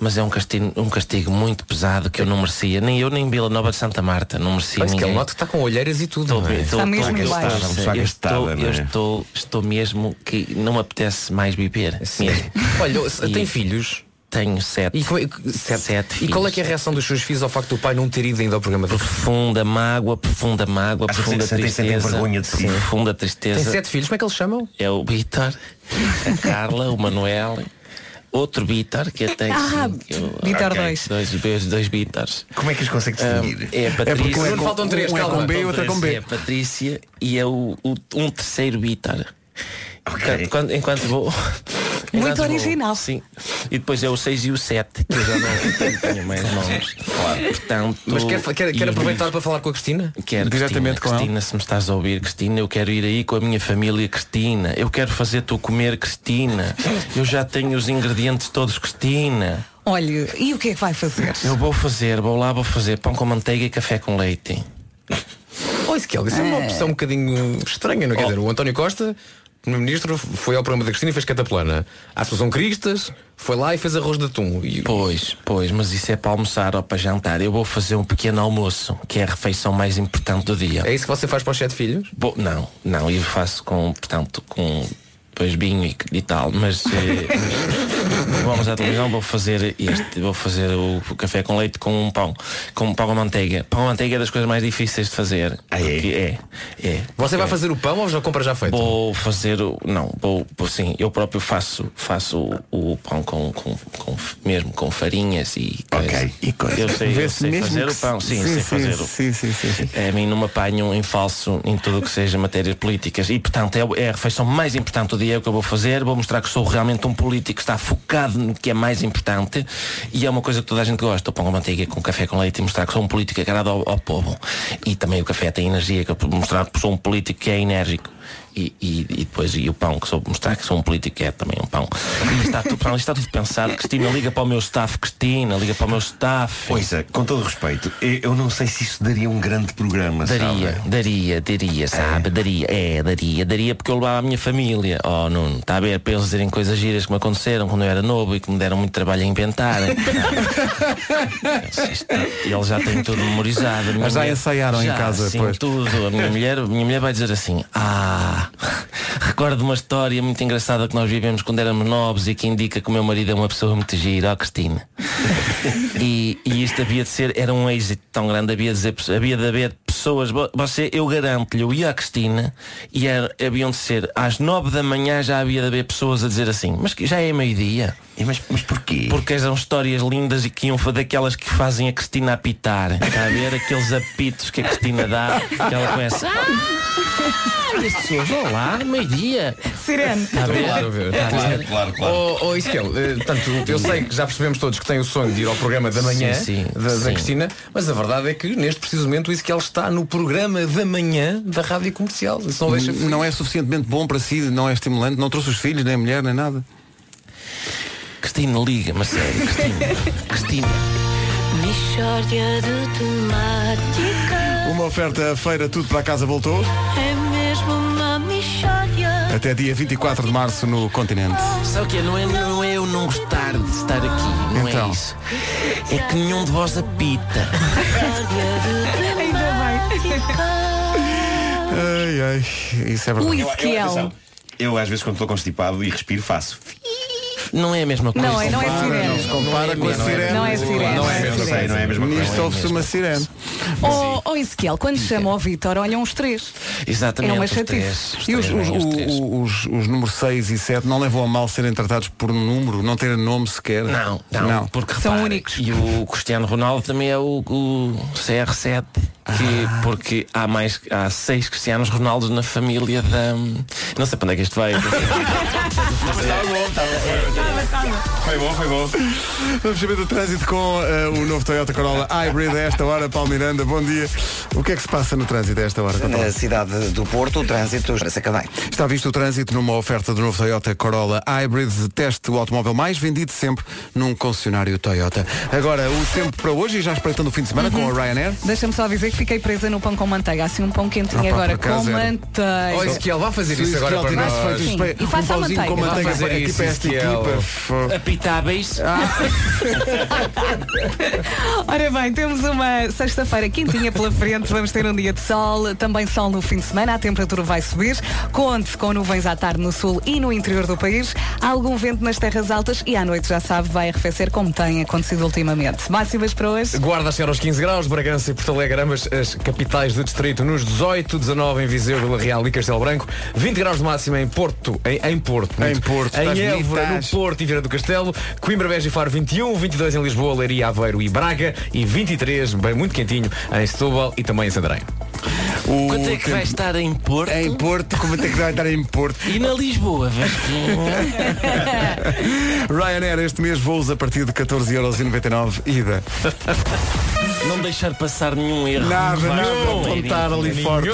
Mas é um castigo, um castigo muito pesado que eu não merecia. Nem eu, nem Vila Nova de Santa Marta. Não merecia Parece que ele ninguém. nota que está com um olheiras e tudo. Estou, não é? estou, Está mesmo estou- baixo. estou- Está eu gastada, estou, não é? eu estou, estou mesmo que não me apetece mais viver. Mesmo. *laughs* Olha, se- E- tem filhos. Tenho sete. E, co- e- sete. Sete e qual é filhos. que é a reação dos seus filhos ao facto do pai não ter ido ainda ao programa? do- Profunda mágoa, profunda mágoa, Acho que profunda sentem- sentem tristeza. vergonha de si. Profunda Tem tristeza. sete filhos, como é que eles chamam? É o Vitor, a Carla, o Manuel, outro Vitor, que até Ah, que eu- Vítor Ok. dois. Dois, dois, dois Vítors. Como é que os consegue Ah, distinguir? É a Patrícia. um é Não faltam três, um é calma. com B e Faltam outro é com três. B. É a Patrícia e é o, o- um terceiro Vitor. Ok. Enquanto, enquanto vou. Em Muito Glasgow. original. Sim. E depois é o 6 e o 7, que eu já não tenho mais nomes. Portanto, Mas quer, quer, quer aproveitar para falar com a Cristina? Quero, Diretamente Diretamente Cristina, com ela. Cristina, se me estás a ouvir, Cristina, eu quero ir aí com a minha família, Cristina. Eu quero fazer tu comer, Cristina. Eu já tenho os ingredientes todos, Cristina. Olha, e o que é que vai *laughs* fazer? Eu vou fazer, vou lá, vou fazer pão com manteiga e café com leite. eh, Ou isso que é, isso é uma opção um bocadinho estranha, não é? quer dizer? O António Costa, primeiro-ministro, foi ao programa da Cristina e fez cataplana. A Associação Cristas foi lá e fez arroz de atum. E Pois, pois, mas isso é para almoçar ou para jantar. Eu vou fazer um pequeno almoço, que é a refeição mais importante do dia. é isso que você faz para os sete filhos? Bo- não, não, eu faço com, portanto, com depois vinho e, e tal, mas, eh, *laughs* mas vamos à televisão, vou fazer este, vou fazer o, o café com leite com um pão, com um pão com manteiga. Pão com manteiga é das coisas mais difíceis de fazer. Porque é, é. Ah, Você vai É. fazer o pão ou já compra já feito? Vou fazer o. Não, vou, vou- sim, eu próprio faço, faço o, o pão com, com, com- mesmo com farinhas e Ok, coisa. e coisa. Eu sei, eu Vê-se sei mesmo fazer que o pão, sim, sim, sei sim, fazer o sim, sim, sim, sim. É, a mim não me apanham em falso em tudo o que seja matérias políticas. E, portanto, é, o- é a refeição mais importante do dia é o que eu vou fazer. Vou mostrar que sou realmente um político que está focado no que é mais importante. E é uma coisa que toda a gente gosta. O pão com manteiga, com café com leite. E mostrar que sou um político agarrado ao, ao povo. E também o café tem energia. Que eu vou mostrar que sou um político que é enérgico. E, e- e depois e o pão, que sou mostrar que sou um político que é também um pão. E está tudo, portanto, está tudo pensado. Cristina, liga para o meu staff. Cristina, liga para o meu staff. Pois é, com todo respeito, eu eu não sei se isso daria um grande programa, Daria, é. sabe? daria, daria, sabe? Daria, é, daria, daria porque eu levava a minha família. Oh, Nuno, está a ver? Para eles dizerem coisas giras que me aconteceram quando eu era novo e que me deram muito trabalho a *laughs* inventar. e eles já têm tudo memorizado. A minha Mas já ensaiaram em já, casa, sim, pois. tudo. A minha mulher, a minha mulher vai dizer assim: Ah, recordo uma história muito engraçada que nós vivemos quando éramos novos e que indica que o meu marido é uma pessoa muito gira, ó *laughs* Cristina. e, e isto havia de ser, era um êxito tão grande, havia de, dizer, havia de haver pessoas, vo- você, eu garanto-lhe, eu ia à Cristina e era, haviam de ser às nove da manhã já havia de haver pessoas a dizer assim, mas que já é meio-dia. E Mas, mas porquê? Porque eram histórias lindas e que iam fa- daquelas que fazem a Cristina apitar. Está a ver? Aqueles apitos que a Cristina dá, que ela começa. Ah, e as pessoas, olá, meio-dia. Sirene. Está a ver? Então, Claro, Tá a ver. Está a ver? Claro, claro, claro. Ou, ou isso que é, eh, portanto, eu sei que já percebemos todos que tem o sonho de ir ao programa da manhã Sim, sim, da, da sim. Cristina, mas a verdade é que neste preciso momento isso que ela está no programa da manhã da rádio comercial. Isso não deixa Não é suficientemente bom para si, não é estimulante, não trouxe os filhos, nem a mulher, nem nada. Cristina, liga-me a sério, Cristina. Cristina. Mixórdia de temáticas Uma oferta feira, tudo para casa voltou. É mesmo uma mixórdia Até dia 24 de março no continente. Sabe o que Não é, não é eu não gostar de estar aqui, não Então. é isso. É que nenhum de vós apita. Ainda É bem. Ai, ai, isso é O verdade. Ezequiel. atenção, eu às vezes quando estou constipado e respiro faço. Não é a mesma coisa. Não é, não é sirene. Compara com a sirene. Não é sirene. Não é Não sei, sirene. não é a mesma coisa. Nisto ouve-se uma sirene. Ou oh, Ezequiel, quando chama o Vítor, olham os três. Exatamente. É uma os três, chatice. os E os, três, os, os três. os, os, os números 6 e 7 não levam a mal serem tratados por número, não terem nome sequer? Não, não, porque São repara, únicos. E o Cristiano Ronaldo também é o, o CR7, que, Ah. porque há mais há seis Cristianos Ronaldos na família da. Não sei para onde é que *laughs* isto vai. Foi bom, foi bom. Vamos saber do trânsito com eh, o novo Toyota Corolla Hybrid a esta hora. Paulo Miranda, bom dia. O que é que se passa no trânsito a esta hora? Conta lá. Na cidade do Porto, o trânsito está-se a bem. Está visto o trânsito numa oferta do novo Toyota Corolla Hybrid. Teste o automóvel mais vendido sempre num concessionário Toyota. Agora, o tempo para hoje, e já espreitando o fim de semana Uhum. com a Ryanair. Deixa-me só dizer que fiquei presa no pão com manteiga. Assim, um pão quentinho Ah, pá, agora por com acaso era. manteiga. Ou isso que ela vai Oh, fazer Se isso o agora para Ezequiel nós. tivesse feito Sim, espe- e um faça a pauzinho com manteiga. manteiga é Vai fazer para isso, equipa, esta Ezequiel. equipa. f- Apitáveis. Ah. *laughs* Ora bem, temos uma sexta-feira quentinha pela frente, vamos ter um dia de sol, também sol no fim de semana, a temperatura vai subir, conte com nuvens à tarde no sul e no interior do país, há algum vento nas terras altas e à noite, já sabe, vai arrefecer como tem acontecido ultimamente. Máximas para hoje? Guarda a chegar aos 15 graus, Bragança e Porto Alegre, ambas as capitais de distrito nos 18, 19 em Viseu, Vila Real e Castelo Branco, 20 graus de máxima em Porto, em, em Porto, muito. Porto, estás em Évora, bonita. no Porto e Vieira do Castelo, Coimbra, Beja e Faro 21, 22 em Lisboa, Leiria, Aveiro e Braga e 23, bem muito quentinho, em Setúbal e também em Santarém. Quanto é que vai estar em Porto? Em Porto, quanto é que vai estar em Porto? E na Lisboa, Vasquinha? *laughs* Ryanair, este mês voos a partir de 14,99€ ida. Não deixar passar nenhum erro. Nada, Vai nada, haver apontar ali nenhum. forte.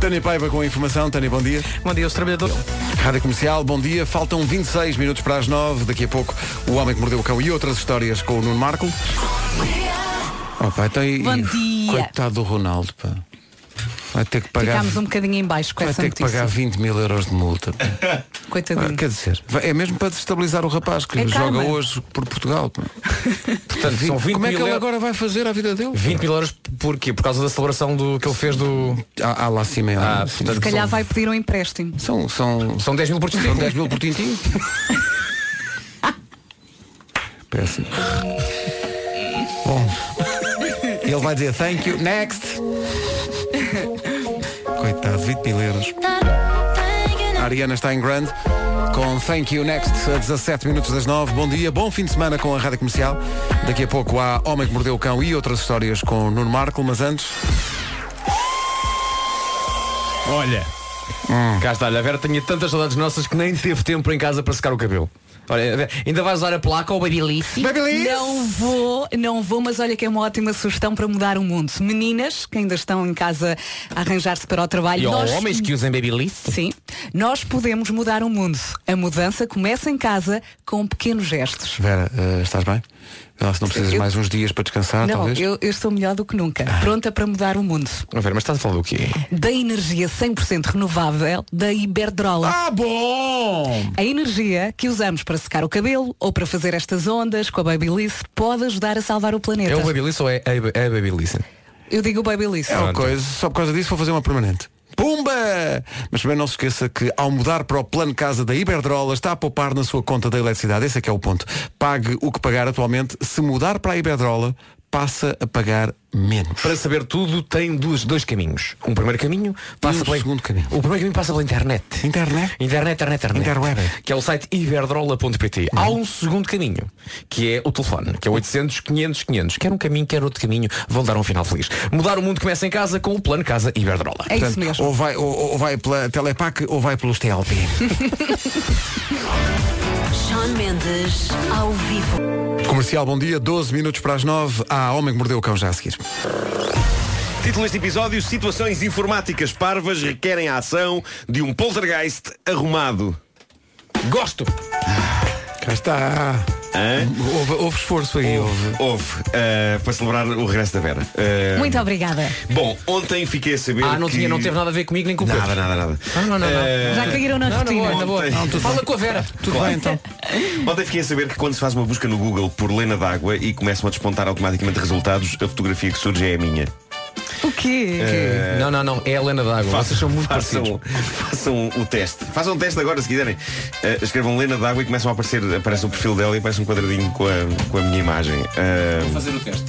Tânia Paiva com a informação. Tânia, bom dia. Bom dia aos trabalhadores. Rádio Comercial, bom dia. Faltam 26 minutos para as 9. Daqui a pouco, O Homem que Mordeu o Cão e outras histórias com o Nuno Marco. Oh, pá, então, e- Bom e- dia. Coitado do Ronaldo, pá. Vai ter que pagar, Ficámos um bocadinho em baixo com vai essa ter que notícia. pagar 20 mil euros de multa. pá. *laughs* Coitadinho. Ah, Quer dizer, vai- é mesmo para destabilizar o rapaz que É joga karma. hoje por Portugal. pá. Portanto, são 20 Como é mil que ele euros- agora vai fazer a vida dele? 20 mil euros porquê? Por causa da celebração do, que ele fez do. À, à La Simeone. Ah, Sim. portanto, Se calhar são- vai pedir um empréstimo. São, são, São 10 mil por são tintim. 10 mil por tintim? Péssimo. Bom, ele vai dizer thank you, next. Coitado, 20 mil euros. Tá, *laughs* A Ariana está em grande com Thank You Next a 17 minutos das 9. Bom dia, bom fim de semana com a Rádio Comercial. Daqui a pouco há Homem que Mordeu o Cão e outras histórias com o Nuno Marco, mas antes. Olha. Cá está, olha, a Vera tinha tantas saudades nossas que nem teve tempo em casa para secar o cabelo. Olha, Vera, ainda vais usar a placa ou o Babyliss? Não vou, não vou, mas olha que é uma ótima sugestão para mudar o mundo. Meninas que ainda estão em casa a arranjar-se para o trabalho. E há nós- homens que usem Babyliss? Sim, nós podemos mudar o mundo. A mudança começa em casa com pequenos gestos. Vera, eh, estás bem? Ah, Se não precisas Eu- mais uns dias para descansar, não, Ah, talvez? Ah. eu, eu estou melhor do que nunca, pronta para mudar o mundo. Oh, Vera, mas estás a falar do quê? Da energia 100% renovável da Iberdrola. Ah, bom! A energia que usamos para secar o cabelo ou para fazer estas ondas com a Babyliss pode ajudar a salvar o planeta. É o Babyliss ou é a, é a Babyliss? Eu digo Babyliss. É uma coisa, só por causa disso vou fazer uma permanente. Pumba! Mas também não se esqueça que ao mudar para o plano casa da Iberdrola está a poupar na sua conta da eletricidade. Esse é que é o ponto. Pague o que pagar atualmente. Se mudar para a Iberdrola, passa a pagar menos. Para saber tudo tem duas, dois caminhos. Um primeiro caminho E passa um pela segundo caminho. O primeiro caminho passa pela internet. Internet? Internet, internet, internet. Interweb. Uhum. Que é o site iberdrola.pt. Há um segundo caminho, que é o telefone, que é 800 500 500. Quer um caminho, quer outro caminho, vão dar um final feliz. Mudar o mundo começa em casa com o plano Casa Iberdrola. É isso mesmo. Ou vai, ou, ou vai pela Telepac ou vai pelos TLP. Sean Mendes ao vivo. Comercial, bom dia. 12 minutos para as 9. Há Homem que Mordeu o Cão já a seguir. Título deste episódio: Situações informáticas parvas requerem a ação de um poltergeist arrumado. Gosto! Cá está. Hã? Houve, houve esforço aí. Houve. Houve eh, para celebrar o regresso da Vera. É. Eh, Muito obrigada. Bom, ontem fiquei a saber. Ah, não, que... tinha, não teve nada a ver comigo nem com o Nada, Pedro. Ah, nada, nada. Não, não, não, não. Eh, Já caíram na É. Não, na rotina. boa, na boa. Ontem- Não, Fala com a Vera. Tudo bem então. Ontem fiquei a saber que quando se faz uma busca no Google por Lena d'Água e começam a despontar automaticamente resultados, a fotografia que surge é a minha. *laughs* O quê? Não, não, não. É a Helena d'Água. Vocês são muito parecidos. façam, um façam o teste. Façam o teste agora se quiserem. Eh, escrevam Lena d'Água e começam a aparecer, aparece o perfil dela e aparece um quadradinho com a, com a minha imagem. Eh, Fazer o teste.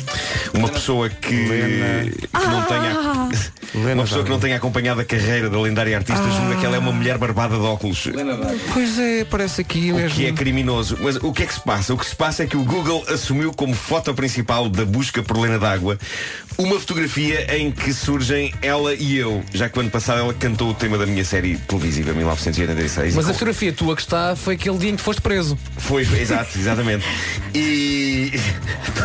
uma pessoa que, que não tenha. Lena uma pessoa que não tenha acompanhado a carreira da lendária artista julga que ela é uma mulher barbada de óculos. Pois é, parece aqui O mesmo. que é criminoso. Mas o que é que se passa? O que se passa é que o Google assumiu como foto principal da busca por Lena d'Água uma fotografia em que surgem ela e eu, já que o ano passado ela cantou o tema da minha série televisiva 1986. Mas a fotografia tua que está foi aquele dia em que foste preso. Foi, exato, exatamente. E.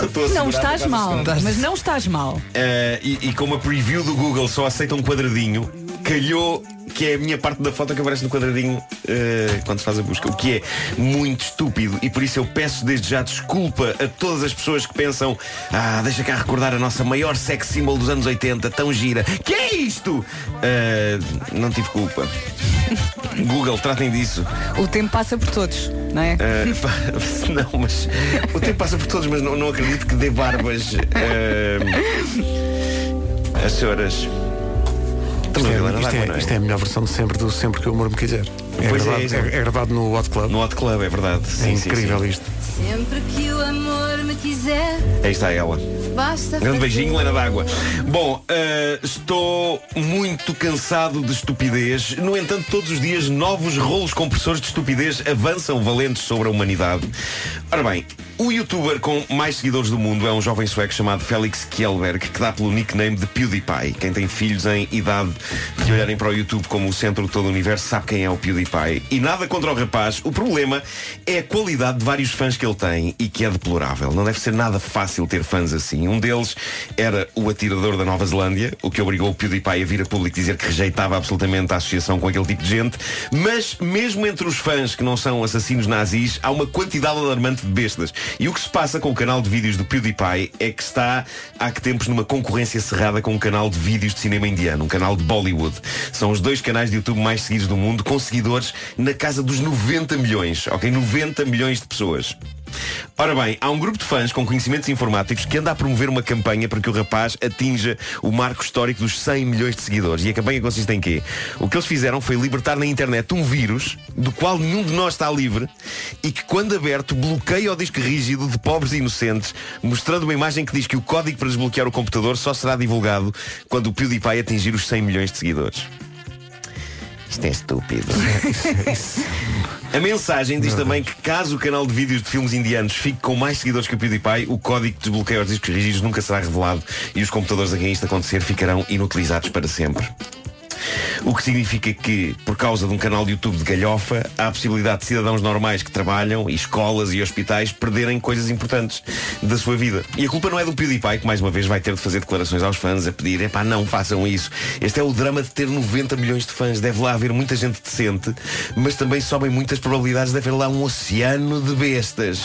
Estou a Não segurar estás por causa mal, disso. mas não estás mal. Eh, e, e como a preview do Google só aceita um quadradinho, calhou que é a minha parte da foto que aparece no quadradinho eh, quando se faz a busca, o que é muito estúpido e por isso eu peço desde já desculpa a todas as pessoas que pensam ah, deixa cá recordar a nossa maior sex symbol dos anos 80, tão gira que é isto? Eh, não tive culpa *laughs* Google, tratem disso O tempo passa por todos, não é? Uh, pá, *laughs* não, mas o tempo passa por todos, mas não, não acredito que dê barbas uh, as senhoras. Estamos a ver Lana Isto d'Água, é, não isto é a melhor versão de sempre do Sempre que o Amor Me Quiser. É, Pois é, gravado, isso é. é- é gravado no Hot Club. No Hot Club, é verdade. é Sim, sim, incrível sim. isto. Sempre que o amor me quiser, Aí está ela. basta. Grande fazer- beijinho, Lena d'Água. Bom, eh, estou muito cansado de estupidez. No entanto, todos os dias novos rolos compressores de estupidez avançam valentes sobre a humanidade. Ora bem, O youtuber com mais seguidores do mundo é um jovem sueco chamado Felix Kjellberg, que dá pelo nickname de PewDiePie. Quem tem filhos em idade de olharem para o YouTube como o centro de todo o universo sabe quem é o PewDiePie. E nada contra o rapaz, o problema é a qualidade de vários fãs que ele tem e que é deplorável. Não deve ser nada fácil ter fãs assim. Um deles era o atirador da Nova Zelândia, o que obrigou o PewDiePie a vir a público dizer que rejeitava absolutamente a associação com aquele tipo de gente. Mas mesmo entre os fãs que não são assassinos nazis, há uma quantidade alarmante de bestas. E o que se passa com o canal de vídeos do PewDiePie é que está há que tempos numa concorrência cerrada com um canal de vídeos de cinema indiano, um canal de Bollywood. São os dois canais de YouTube mais seguidos do mundo, com seguidores na casa dos 90 milhões, ok? 90 milhões de pessoas. Ora bem, há um grupo de fãs com conhecimentos informáticos que anda a promover uma campanha para que o rapaz atinja o marco histórico dos 100 milhões de seguidores. E a campanha consiste em quê? O que eles fizeram foi libertar na internet um vírus do qual nenhum de nós está livre e que, quando aberto, bloqueia o disco rígido de pobres e inocentes, mostrando uma imagem que diz que o código para desbloquear o computador só será divulgado quando o PewDiePie atingir os 100 milhões de seguidores. Isto é estúpido. é A mensagem diz também que caso o canal de vídeos de filmes indianos fique com mais seguidores que o PewDiePie, o código que desbloqueia os discos rígidos nunca será revelado e os computadores a quem isto acontecer ficarão inutilizados para sempre. O que significa que, por causa de um canal de YouTube de galhofa, há a possibilidade de cidadãos normais que trabalham, e escolas e hospitais, perderem coisas importantes da sua vida. E a culpa não é do PewDiePie, que mais uma vez vai ter de fazer declarações aos fãs a pedir, epá, não façam isso. Este é o drama de ter 90 milhões de fãs. Deve lá haver muita gente decente, mas também sobem muitas probabilidades de haver lá um oceano de bestas.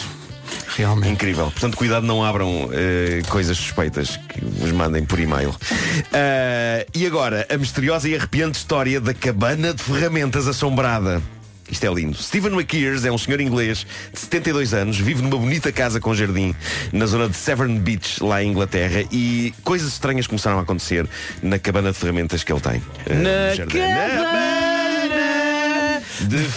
Realmente. Incrível. Portanto, cuidado, não abram eh, coisas suspeitas que vos mandem por e-mail. Ah, e agora, a misteriosa e arrepiante história da cabana de ferramentas assombrada. Isto é lindo. Stephen McKears é um senhor inglês de 72 anos, vive numa bonita casa com jardim na zona de Severn Beach, lá em Inglaterra, e coisas estranhas começaram a acontecer na cabana de ferramentas que ele tem. eh, no jardim. de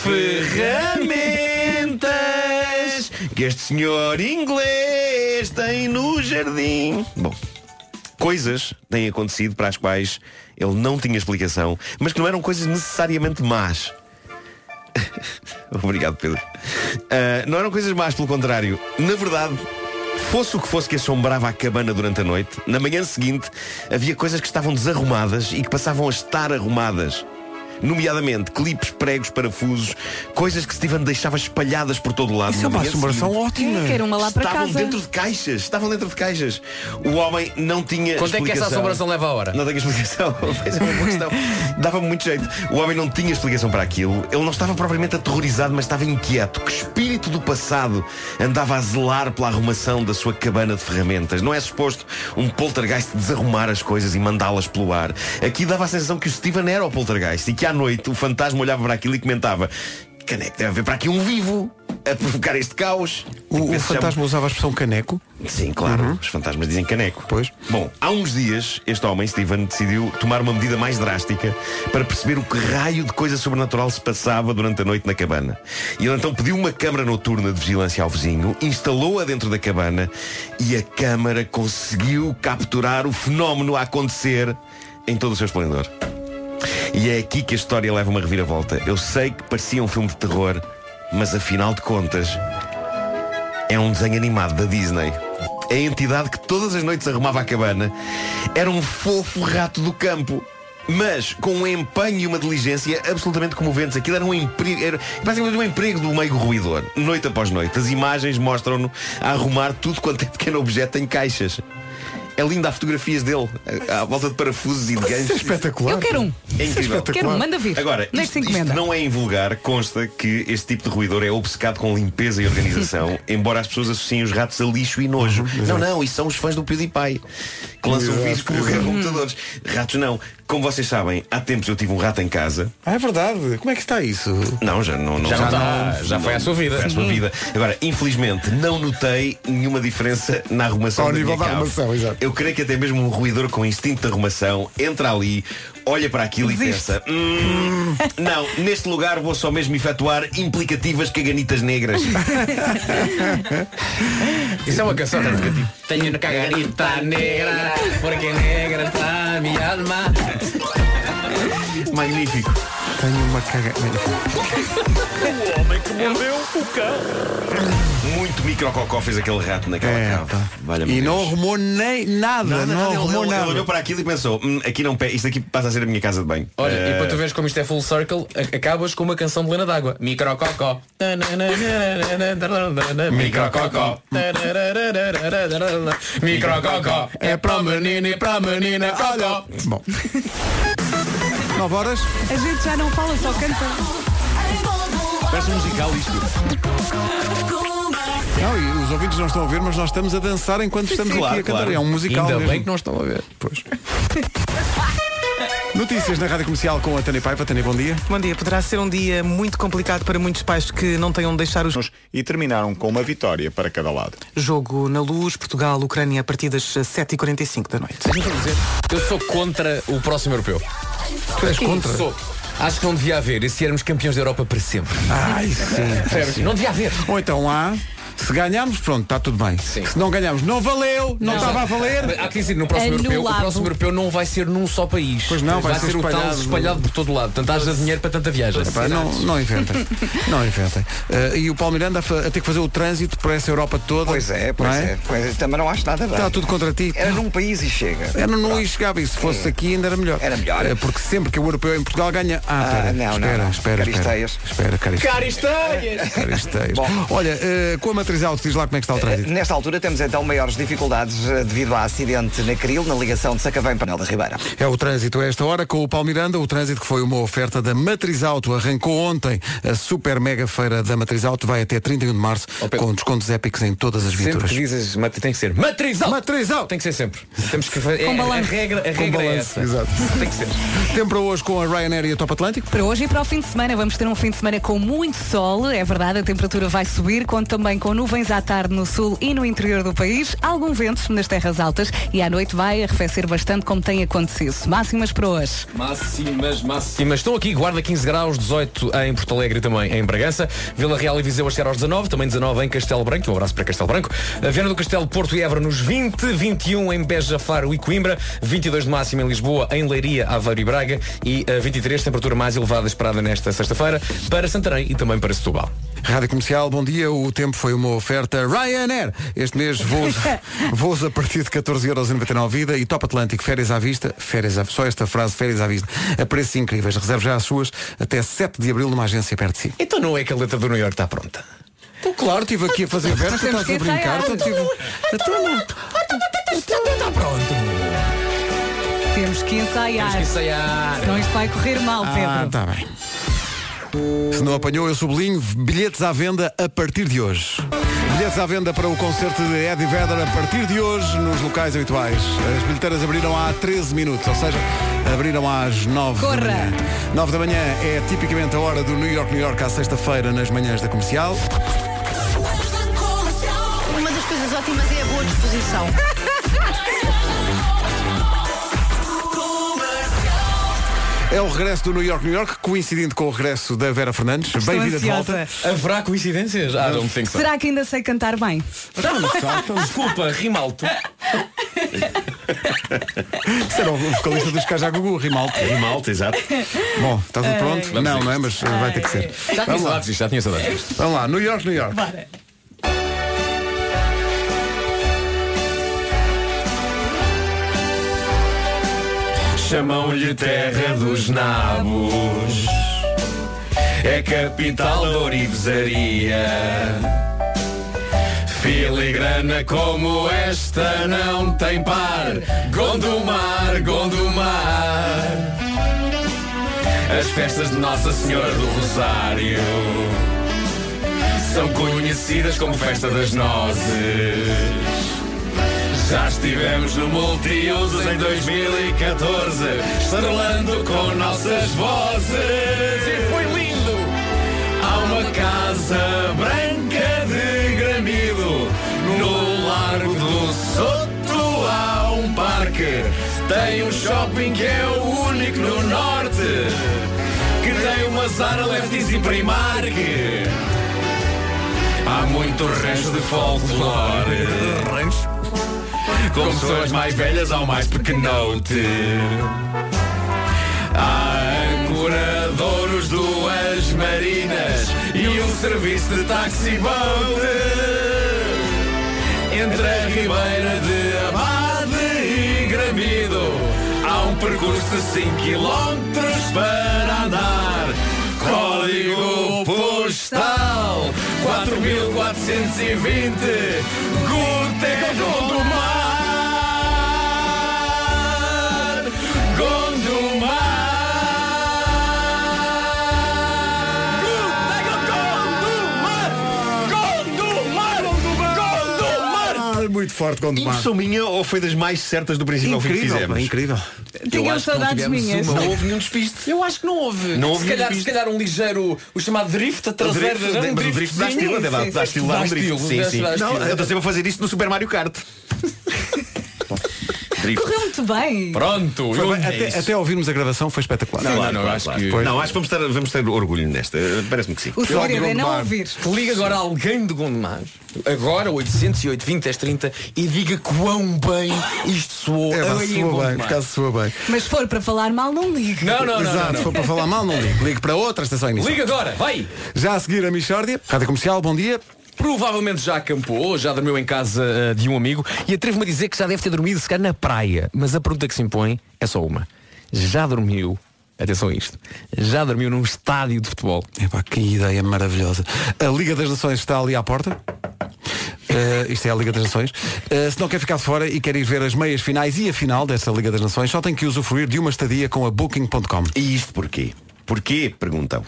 ferramentas que este senhor inglês tem no jardim. Bom, coisas têm acontecido para as quais ele não tinha explicação, mas que não eram coisas necessariamente más. *laughs* Obrigado, Pedro. Ah, não eram coisas más, pelo contrário. Na verdade, fosse o que fosse que assombrava a cabana durante a noite, na manhã seguinte havia coisas que estavam desarrumadas e que passavam a estar arrumadas. Nomeadamente, clipes, pregos, parafusos, coisas que Steven deixava espalhadas por todo o lado. Isso na é uma manhã assombração seguinte. ótima. Quero uma lá para Estavam casa. dentro de caixas, estavam dentro de caixas. O homem não tinha Quanto é que essa explicação. assombração leva a hora? Não tenho explicação. *laughs* Pois é uma boa questão. Dava-me muito jeito. O homem não tinha explicação para aquilo. Ele não estava propriamente aterrorizado, mas estava inquieto. Que espírito do passado andava a zelar pela arrumação da sua cabana de ferramentas. Não é suposto um poltergeist desarrumar as coisas e mandá-las pelo ar. Aqui dava a sensação que o Steven era o poltergeist e que à noite o fantasma olhava para aquilo e comentava Caneco, deve haver para aqui um vivo a provocar este caos. O, Tipo, o esse chama- fantasma usava a expressão caneco. Uhum. Sim, claro. Os fantasmas dizem caneco. Pois. Bom, há uns dias, este homem, Steven, decidiu tomar uma medida mais drástica para perceber o que raio de coisa sobrenatural se passava durante a noite na cabana. E ele então pediu uma câmara noturna de vigilância ao vizinho, instalou-a dentro da cabana e a câmara conseguiu capturar o fenómeno a acontecer em todo o seu esplendor. E é aqui que a história leva uma reviravolta. Eu sei que parecia um filme de terror, mas afinal de contas, é um desenho animado da Disney. A entidade que todas as noites arrumava a cabana era um fofo rato do campo. Mas com um empenho e uma diligência absolutamente comoventes. Aquilo era um emprego, era basicamente um emprego do meio ruidor, noite após noite. As imagens mostram-no a arrumar tudo quanto é pequeno objeto em caixas. É lindo, há fotografias dele, à volta de parafusos e de ganchos. *laughs* Isso é espetacular. Eu quero um. É incrível. Quero um, manda vir. Agora, Nesta isto, isto encomenda. não é invulgar, consta que este tipo de ruidor é obcecado com limpeza e organização, embora as pessoas associem os ratos a lixo e nojo. não, não, isso são os fãs do PewDiePie, que lançam Exato, vídeos com computadores. Ratos não. Como vocês sabem, há tempos eu tive um rato em casa. Ah, é verdade. Como é que está isso? Não, já não, não Já não não- está. Já foi à sua vida. Foi à sua Sim. vida. Agora, infelizmente, não notei nenhuma diferença na arrumação Ao da nível minha da cave. arrumação, exato. Eu creio que até mesmo um ruidor com instinto de arrumação entra ali, olha para aquilo Desiste. e pensa "Hum, Não, neste lugar vou só mesmo efetuar implicativas *laughs* caganitas negras Isso é uma canção. Tenho cagarita negra, porque negra está minha alma. Magnífico Tenho uma caga... O homem que mordeu o cão. Muito micrococó fez aquele rato naquela É, cave. pá. Valha-me E Deus. não arrumou nem nada, Nada, não nada, ele, arrumou ele- ele nada. olhou para aquilo e pensou, "Hum, aqui não pe- isto aqui passa a ser a minha casa de banho. Olha, Eh, e para tu veres como isto é full circle, a- acabas com uma canção de Lena d'Água. Micrococó. Micrococó. Micrococó. É para o menino e para a menina. Olha. Bom. 9 horas. A gente já não fala, só canta. Parece um musical isto. Não, e os ouvintes não estão a ver, mas nós estamos a dançar enquanto estamos aqui a cantar. É um musical Ainda mesmo. bem que não estão a ver. Pois. Notícias *laughs* na Rádio Comercial com a Tânia Paiva. Tânia, bom dia. Bom dia, poderá ser um dia muito complicado para muitos pais que não tenham de deixar os E terminaram com uma vitória para cada lado. jogo na luz, Portugal, Ucrânia, a partir das 7h45 da noite. Eu sou contra o próximo europeu. Tu és contra? Sou. Acho que não devia haver e se éramos campeões da Europa para sempre. Ai, Percebes? sim. Não devia haver. Ou então há. Se ganharmos, pronto, está tudo bem. Se não ganharmos, não valeu, não estava a valer. Há que dizer, no próximo europeu, o Anulado. próximo europeu não vai ser num só país. Pois não, vai ser ser, o tal espalhado. espalhado por todo lado. Tanto haja dinheiro para tanta viagem. Epá, não, não inventem. Não inventem. *laughs* Eh, e o Paulo Miranda a, fa- a ter que fazer o trânsito por essa Europa toda. Pois é, pois é. Pois, também não acho nada bem. Está tudo contra ti. Era num um país e chega. Era não e chegava. E se fosse aqui ainda era melhor. Era melhor. porque sempre que o europeu em Portugal ganha. Ah, Ah, pera, não, não, espera, não. espera. Caristeias. Espera, caristeias. Caristeias! Caristeias. Olha, eh, com a matriz alto, diz lá como é que está o trânsito. É Nesta altura temos então maiores dificuldades eh, devido a acidente na Cril, na ligação de Sacavém para Nel da Ribeira. É o trânsito a esta hora com o Paulo Miranda, o trânsito que foi uma oferta da Matriz Auto. Arrancou ontem a super mega feira da Matriz Auto, vai até 31 de março com descontos épicos em todas as Sempre viaturas. que dizes, mat- tem que ser matrizal. Matrizal. Tem que ser sempre. Temos que fazer. Com é- a balanço. regra, a Ah, Com regra é balanço, essa. exato. Tem que ser. Tempo para hoje com a Ryanair e a Top Atlântico. Para hoje e para o fim de semana, vamos ter um fim de semana com muito sol, é verdade, a temperatura vai subir, conto também com nuvens à tarde no sul e no interior do país, algum vento nas terras altas e à noite vai arrefecer bastante como tem acontecido. Máximas para hoje. Máximas, máximas. Estão aqui, Guarda 15 graus, 18 em Porto Alegre e também em Bragança. Vila Real e Viseu a chegar aos 19, também 19 em Castelo Branco. Um abraço para Castelo Branco. A Viana do Castelo, Porto e Évora nos 20, 21 em Beja, Faro e Coimbra, 22 de máximo em Lisboa, em Leiria, Aveiro e Braga e a 23, temperatura mais elevada esperada nesta sexta-feira para Santarém e também para Setúbal. Rádio Comercial, bom dia. O tempo foi uma oferta Ryanair. Este mês voos, voos a partir de 14,99€ vida e Top Atlântico, férias à vista, férias à, só esta frase, férias à vista, a preços incríveis. Reserve já as suas até 7 de Abril numa agência perto de si. Então não é que a letra do New York está pronta. Então, claro, estive aqui a fazer veras, tu Temos estás que a brincar. ensaiar. Então, tive... então, Está pronto. Temos que ensaiar. Temos que ensaiar. Senão isto vai correr mal, Pedro. Ah, tá bem. Se não apanhou, eu sublinho bilhetes à venda a partir de hoje. Bilhetes à venda para o concerto de Eddie Vedder a partir de hoje nos locais habituais. As bilheteiras abriram há 13 minutos, ou seja, abriram às 9 Corra! da manhã. 9 da manhã é tipicamente a hora do New York, New York à sexta-feira nas manhãs da comercial. Uma das coisas ótimas é a boa disposição. É o regresso do New York, New York, coincidindo com o regresso da Vera Fernandes. Estou Bem-vinda de ansiosa. volta. Haverá coincidências? Ah, não think so. Será que ainda sei cantar bem? Então, Desculpa, rimalto. *laughs* Será o vocalista dos Cajá Gugu, Rimalto. Rimalto, exato. Bom, está tudo Ai. pronto? Vamos a não, isto. não é? Mas uh, vai ter que ser. Já tinha Vamos lá. saudades disto, já tinha saudades. Vamos lá, New York, New York. Chamam-lhe terra dos nabos É capital da orivesaria Filigrana como esta não tem par Gondomar, Gondomar As festas de Nossa Senhora do Rosário São conhecidas como Festa das Nozes já estivemos no Multiusos em 2014, estrelando com nossas vozes. E foi lindo! Há uma casa branca de gramilo no Largo do Soto. Há um parque, tem um shopping que é o único no Norte, que tem uma Zara, Lefties e Primark. Há muito rancho de folclore. Rancho? Com pessoas mais velhas ao mais pequenote. Há ancorador um serviço de táxi boat Entre a Ribeira de Abade e Gramido Há um percurso de 5 km para andar Código postal 4420 Guteca do Mar Gondomar Gondomar! Gondomar! Gondomar! Ah, é Muito forte, Gondomar. Impressão minha ou foi das mais certas do princípio ao fim que Incrível, fizemos? pá, incrível. Tinham saudades minhas. Não houve nenhum despiste. Eu acho que não houve. Não se, houve nenhum calhar, se despiste. calhar um ligeiro, o chamado drift, a traseira. drift, era um mas o drift dá driftzinho. estilo, até dá, Sim, dá sim, estilo, dá um drift. Sim, dá- sim. dá Não, estilo. eu estou sempre a fazer isso no Super Mario Kart. *laughs* drift. Correu muito bem. Pronto, Foi bem, até, até ouvirmos a gravação foi espetacular. Não, não, não, acho que. Não, acho que vamos ter, vamos ter orgulho nesta. Parece-me que sim. O segredo é não ouvir. Liga agora a alguém de Gondomar, agora 808 20 10 30 e diga quão bem isto soou É, pá, aí em soa bem, por Gondomar. acaso soa bem. Mas se for para falar mal, não ligue. Não, não, não, Exato, não, se for não. para falar mal, não ligo. Ligo para outra estação emissora. Liga agora, vai! Já a seguir a Michórdia, Rádio Comercial, bom dia. Provavelmente já acampou, ou já dormiu em casa ah, de um amigo e atrevo-me a dizer que já deve ter dormido se calhar na praia. Mas a pergunta que se impõe é só uma. Já dormiu, atenção a isto, já dormiu num estádio de futebol? Epá, que ideia maravilhosa. A Liga das Nações está ali à porta. Eh, isto é a Liga das Nações. Eh, se não quer ficar de fora e quer ir ver as meias finais e a final desta Liga das Nações, só tem que usufruir de uma estadia com a Booking.com. E isto porquê? Porquê? Perguntam.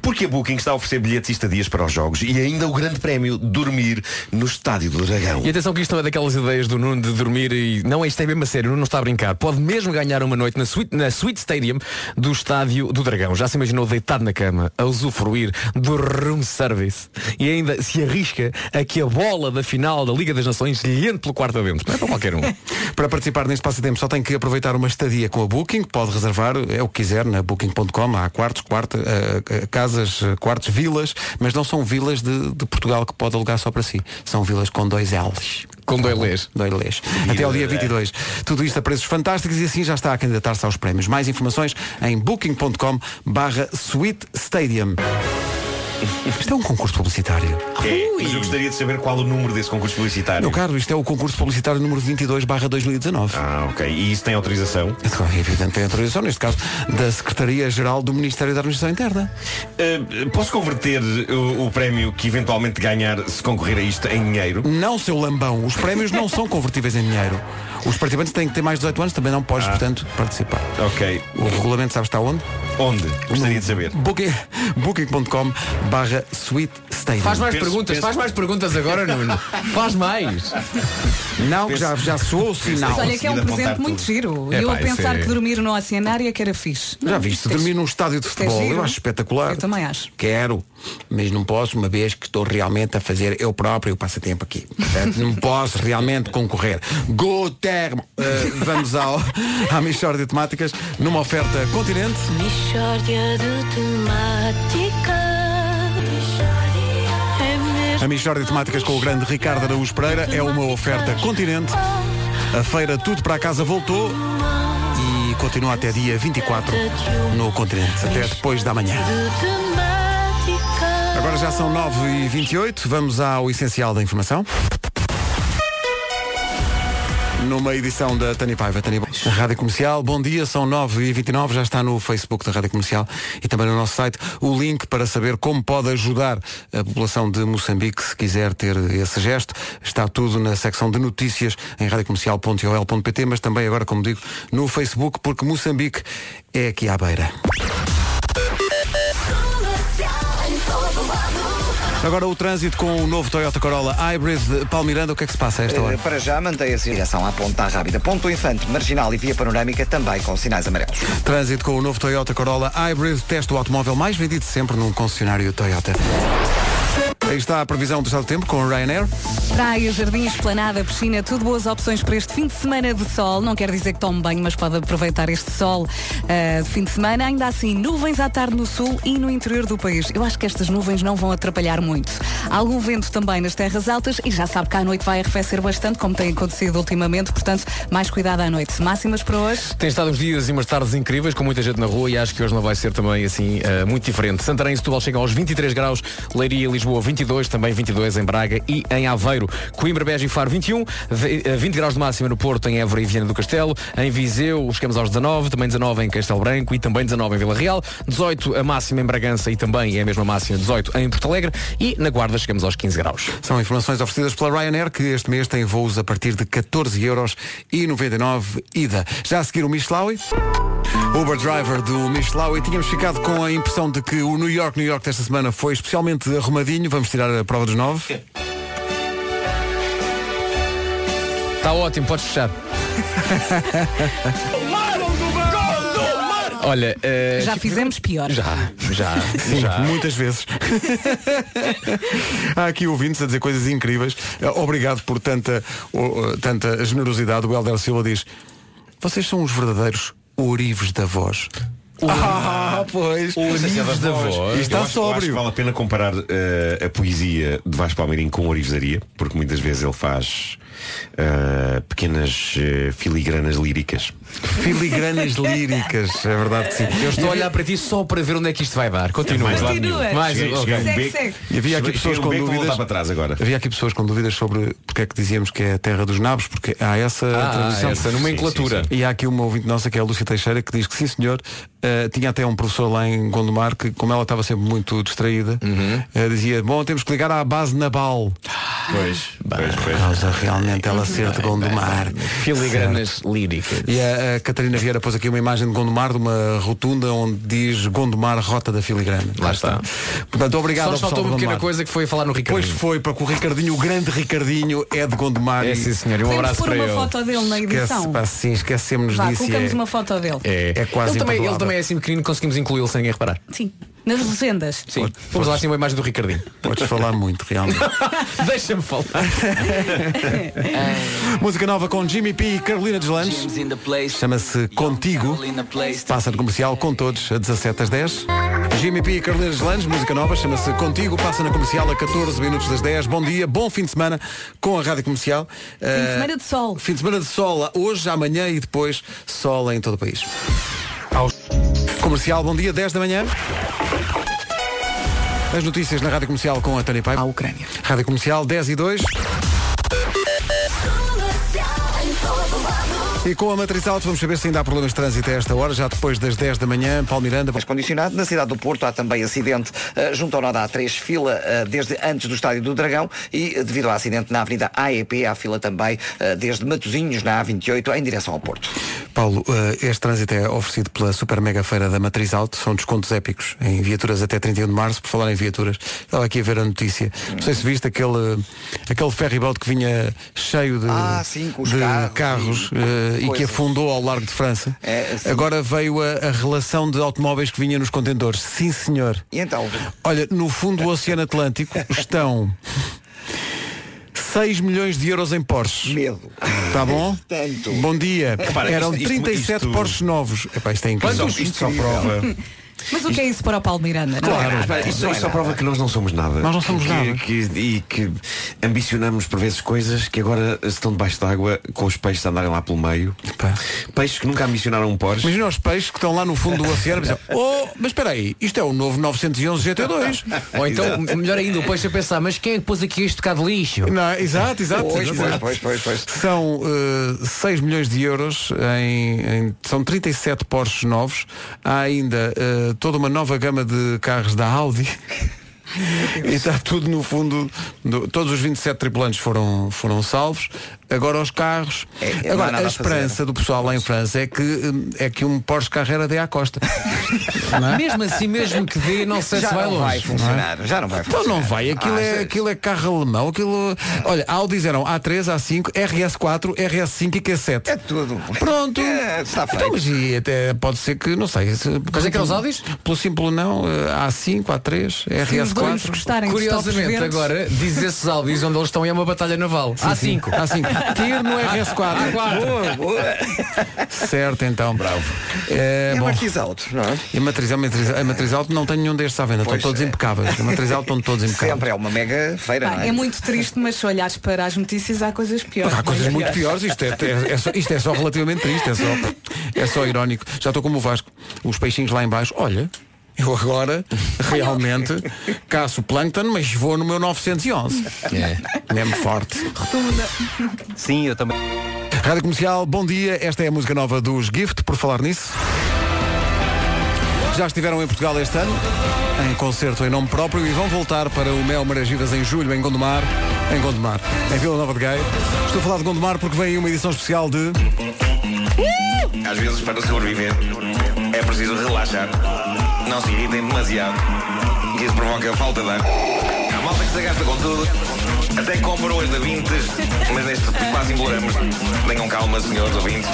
Porque a Booking está a oferecer bilhetes e estadias para os jogos e ainda o grande prémio dormir no Estádio do Dragão. E atenção que isto não é daquelas ideias do Nuno de dormir e. Não, isto é mesmo a sério, o Nuno não está a brincar. Pode mesmo ganhar uma noite na Sweet, na Sweet Stadium do Estádio do Dragão. Já se imaginou deitado na cama, a usufruir do room service e ainda se arrisca a que a bola da final da Liga das Nações lhe entre pelo quarto adentro. Não é para qualquer um. *laughs* Para participar neste passatempo só tem que aproveitar uma estadia com a Booking, pode reservar, é o que quiser, na Booking.com, há quartos, quarto, eh, eh, casas, eh, quartos, vilas, mas não são vilas de, de Portugal que pode alugar só para si, são vilas com dois L's. Tá Com dois L's. Dois L's. Até ao dia 22. Tudo isto a preços fantásticos e assim já está a candidatar-se aos prémios. Mais informações em booking.com barra Sweet Stadium. Isto é um concurso publicitário. É, mas eu gostaria de saber qual o número desse concurso publicitário. Meu caro, isto é o concurso publicitário número 22 barra 2019. Ah, ok. E isso tem autorização? É evidente, tem autorização, neste caso, da Secretaria-Geral do Ministério da Administração Interna. Ah, posso converter o, o prémio que eventualmente ganhar se concorrer a isto em dinheiro? Não, seu lambão, os prémios não são convertíveis em dinheiro. Os participantes têm que ter mais de 18 anos, também não Ah. podes, portanto, participar. Ok. O regulamento, sabes, está onde? Onde? Gostaria de saber. Booking- Booking.com barra Sweet Stadium. Faz mais perguntas, faz mais perguntas agora, Nuno. *laughs* Faz mais. Não, já, já soou o sinal. Mas olha que é um presente muito giro. É eu pá, a pensar isso é- que dormir no Oceanária que era fixe. Já viste, dormir num estádio de futebol, é giro. eu acho espetacular. Eu também acho. Quero, mas não posso, uma vez que estou realmente a fazer eu próprio o passatempo aqui. Portanto, não posso realmente concorrer. Go Termo! Uh, vamos ao, à Michórdia de Temáticas, numa oferta continente. *laughs* Mixórdia de temáticas. É mesmo A Michórdia de Temáticas com o grande Ricardo Araújo Pereira é uma oferta continente. A feira Tudo para a Casa voltou e continua até dia 24 no continente. Até depois da manhã. de temáticas. Agora já são 9h28, vamos ao essencial da informação. Numa edição da Tani Paiva, Tani Paiva. Rádio Comercial, bom dia, são 9h29, já está no Facebook da Rádio Comercial e também no nosso site o link para saber como pode ajudar a população de Moçambique se quiser ter esse gesto. Está tudo na secção de notícias em radiocomercial.ol.pt, mas também agora, como digo, no Facebook, porque Moçambique é aqui à beira. Agora o trânsito com o novo Toyota Corolla Hybrid de Palmiranda, o que é que se passa a esta hora? Eh, Para já mantém-se em direção à Ponta Rábida. Ponto Infante, Marginal e Via Panorâmica também com sinais amarelos. Trânsito com o novo Toyota Corolla Hybrid, teste do automóvel mais vendido sempre num concessionário Toyota. Aí está a previsão do estado do tempo com o Ryanair. Praia, jardim, esplanada, piscina, tudo boas opções para este fim de semana de sol. Não quer dizer que tome banho, mas pode aproveitar este sol ah, de fim de semana. Ainda assim, nuvens à tarde no sul e no interior do país. Eu acho que estas nuvens não vão atrapalhar muito. Algum vento também nas terras altas e já sabe que à noite vai arrefecer bastante, como tem acontecido ultimamente. Portanto, mais cuidado à noite. Máximas para hoje. Tem estado uns dias e umas tardes incríveis, com muita gente na rua e acho que hoje não vai ser também assim eh, muito diferente. Santarém e Setúbal chegam aos 23 graus, Leiria e Lisboa 22, também 22 em Braga e em Aveiro. Coimbra, Beja e Faro 21, ve- eh, 20 graus de máxima no Porto, em Évora e Viana do Castelo, em Viseu chegamos aos 19, também 19 em Castelo Branco e também 19 em Vila Real, 18 a máxima em Bragança e também é a mesma máxima 18 em Porto Alegre e na Guarda chegamos aos 15 graus. São informações oferecidas pela Ryanair que este mês tem voos a partir de 14 euros e 99 ida. Já a seguir o Michelaui. Uber Driver do Michelaui. Tínhamos ficado com a impressão de que o New York, New York desta semana foi especialmente arrumadinho. Vamos tirar a prova dos nove. Está Tá ótimo, *laughs* podes fechar. Olha, eh, Já fizemos pior. Já, Um já, Sim, já. muitas *laughs* vezes. Há aqui ouvintes a dizer coisas incríveis. Eh, Obrigado por tanta, oh, eh, tanta generosidade. O Helder Silva diz, vocês são os verdadeiros ourives da voz. Ah, pois. Ourives da voz. Eu Está acho- eu sóbrio. acho que vale a pena comparar eh, a poesia de Vasco Palmeirim com orivesaria, porque muitas vezes ele faz eh, pequenas eh, filigranas líricas. *laughs* Filigranas líricas, é verdade que sim. Eu estou a olhar para ti só para ver onde é que isto vai dar. Continua. Mais lado Continua. nenhum. Mais, Cheguei- ok. cheguei a um Segue, beco. segue. E havia aqui Cheguei- pessoas cheguei a um com beco, vou dúvidas. voltar para trás agora. Havia aqui pessoas com dúvidas sobre porque é que dizíamos que é a terra dos nabos, porque há essa Ah, tradução. essa nomenclatura. E há aqui uma ouvinte nossa que é a Lúcia Teixeira que diz que sim senhor, eh, tinha até um professor lá em Gondomar que, como ela estava sempre muito distraída, Uhum. eh, dizia, bom, temos que ligar à base naval. Pois, pois, pois. Causa realmente Uhum. ela ser de Gondomar. Filigranas líricas. E a, a Catarina Vieira pôs aqui uma imagem de Gondomar, de uma rotunda onde diz Gondomar Rota da Filigrana. Lá está. Portanto, obrigado Só ao nos pessoal de faltou uma pequena Gondomar. coisa que foi falar no Ricardo. Pois foi, para que o Ricardinho, o grande Ricardinho, é de Gondomar. É, e- sim, senhor. E um Podemos abraço pôr para uma ele. foto dele na Esquece, edição. pá, sim, esquecemos Vá, disso. e colocamos é- uma foto dele. É, é quase ele também, ele imperdoável. também é assim pequenino, conseguimos incluí-lo sem ninguém reparar. Sim. Nas legendas. Sim. Vamos lá assim uma imagem do Ricardinho. Podes falar muito, realmente. *laughs* Deixa-me falar. *laughs* Música nova com Jimmy P e Carolina Deslandes. Chama-se Contigo. Passa no comercial com todos, a 17 às 10. Jimmy P e Carolina Deslandes, música nova, chama-se Contigo. Passa na comercial a 14 minutos das 10. Bom dia, bom fim de semana com a Rádio Comercial. Fim de semana de sol. Fim de semana de sol, hoje, amanhã e depois sol em todo o país. Aos- Comercial, bom dia, 10 da manhã. As notícias na Rádio Comercial com a Tânia Paiva. A Ucrânia. Rádio Comercial 10 e 2. E com a matriz alta vamos saber se ainda há problemas de trânsito a esta hora, já depois das 10 da manhã, Palmiranda. Mas condicionado. Na cidade do Porto há também acidente eh, junto ao Noda A3, fila eh, desde antes do Estádio do Dragão e eh, devido ao acidente na Avenida AEP há fila também eh, desde Matosinhos na A28 em direção ao Porto. Paulo, eh, este trânsito é oferecido pela super mega feira da Matriz Alto, são descontos épicos em viaturas até 31 de março, por falar em viaturas, estava aqui a ver a notícia. Não sei se viste aquele, aquele ferryboat que vinha cheio de, Ah, sim, com os de carros carros, e eh, e, que coisas. afundou ao largo de França. É, sim. Agora veio a, a relação de automóveis que vinha nos contentores. Sim, senhor. E então, Olha, no fundo do Oceano Atlântico *laughs* estão 6 milhões de euros em Porsche. Medo. Tá bom? *laughs* Tanto. Bom dia. Repara, Eram isto- isto- 37 isto- Porsches novos. Epá, isto é incrível. Isto só- isto só prova. Mas o que é isso para o Paulo Miranda? não é? Claro, mas, isto, isto só prova que nós não somos nada. Nós não somos Que- nada. que- e que ambicionamos por vezes coisas que agora estão debaixo d'água com os peixes a andarem lá pelo meio. Peixes que nunca ambicionaram um Porsche. Imagina os peixes que estão lá no fundo do oceano. Mas, oh, mas espera aí, isto é o novo 911 *laughs* GT2. Ou então, melhor ainda, o peixe a pensar, mas quem é que pôs aqui este bocado de lixo? Não, exato, exato. Pois, pois, exato. pois, pois, pois. São 6 milhões de euros em, em- São 37 Porsches novos Há ainda eh, toda uma nova gama de carros da Audi *laughs* E está tudo no fundo do- Todos os 27 tripulantes foram, foram salvos Agora os carros É, não há Agora nada a a esperança do pessoal lá em França É que, hum, é que um Porsche Carrera dê *laughs* à costa Não é? Mesmo assim, mesmo que dê, não é? sei já se vai não vai longe. funcionar. Já não vai Então funcionar. não vai, aquilo, Ah, é, já- aquilo é carro alemão, aquilo. Olha, Audi disseram A3, A5, RS4, RS5 e Q7. É tudo. Pronto. É, está feito. então, mas e até pode ser que, não sei. Se, Mas é que é os Audis? Pelo simples não, eh, A5, A3, Sim, RS4, dois gostarem dos tops Curiosamente, verdes. agora, diz esses Alvis onde eles estão e é uma batalha naval. Há cinco. Há cinco. *laughs* Tiro no RS4. Há quatro. Boa, Certo, então, bravo. É, a matriz alto, não é? E a matriz, a matriz, a matriz alto não tem nenhum destes à venda, Pois estão todos é. impecáveis. A matriz alto estão *laughs* todos impecáveis. Sempre é uma mega feira, Pá, é muito triste, mas se olhares para as notícias há coisas piores. é? Há coisas *laughs* muito piores, isto é, é- é só, isto é só relativamente triste, é só, é só irónico. Já estou como o Vasco, os peixinhos lá em baixo, olha, eu agora realmente caço plâncton, mas vou no meu 911. É. Mesmo forte. Sim, eu também. Rádio Comercial, bom dia. Esta é a música nova dos Gift, por falar nisso. Já estiveram em Portugal este ano, em concerto em nome próprio, e vão voltar para o Mel Maragivas em julho, em Gondomar. Em Gondomar, em Vila Nova de Gaia. Estou a falar de Gondomar porque vem aí uma edição especial de... Às vezes, para sobreviver, é preciso relaxar. Não se irritem demasiado. que Isso provoca falta de ar. A malta que se gasta com tudo. Até compra hoje da Vintes, mas neste tipo quase embolamos. Tenham calma, senhores ouvintes.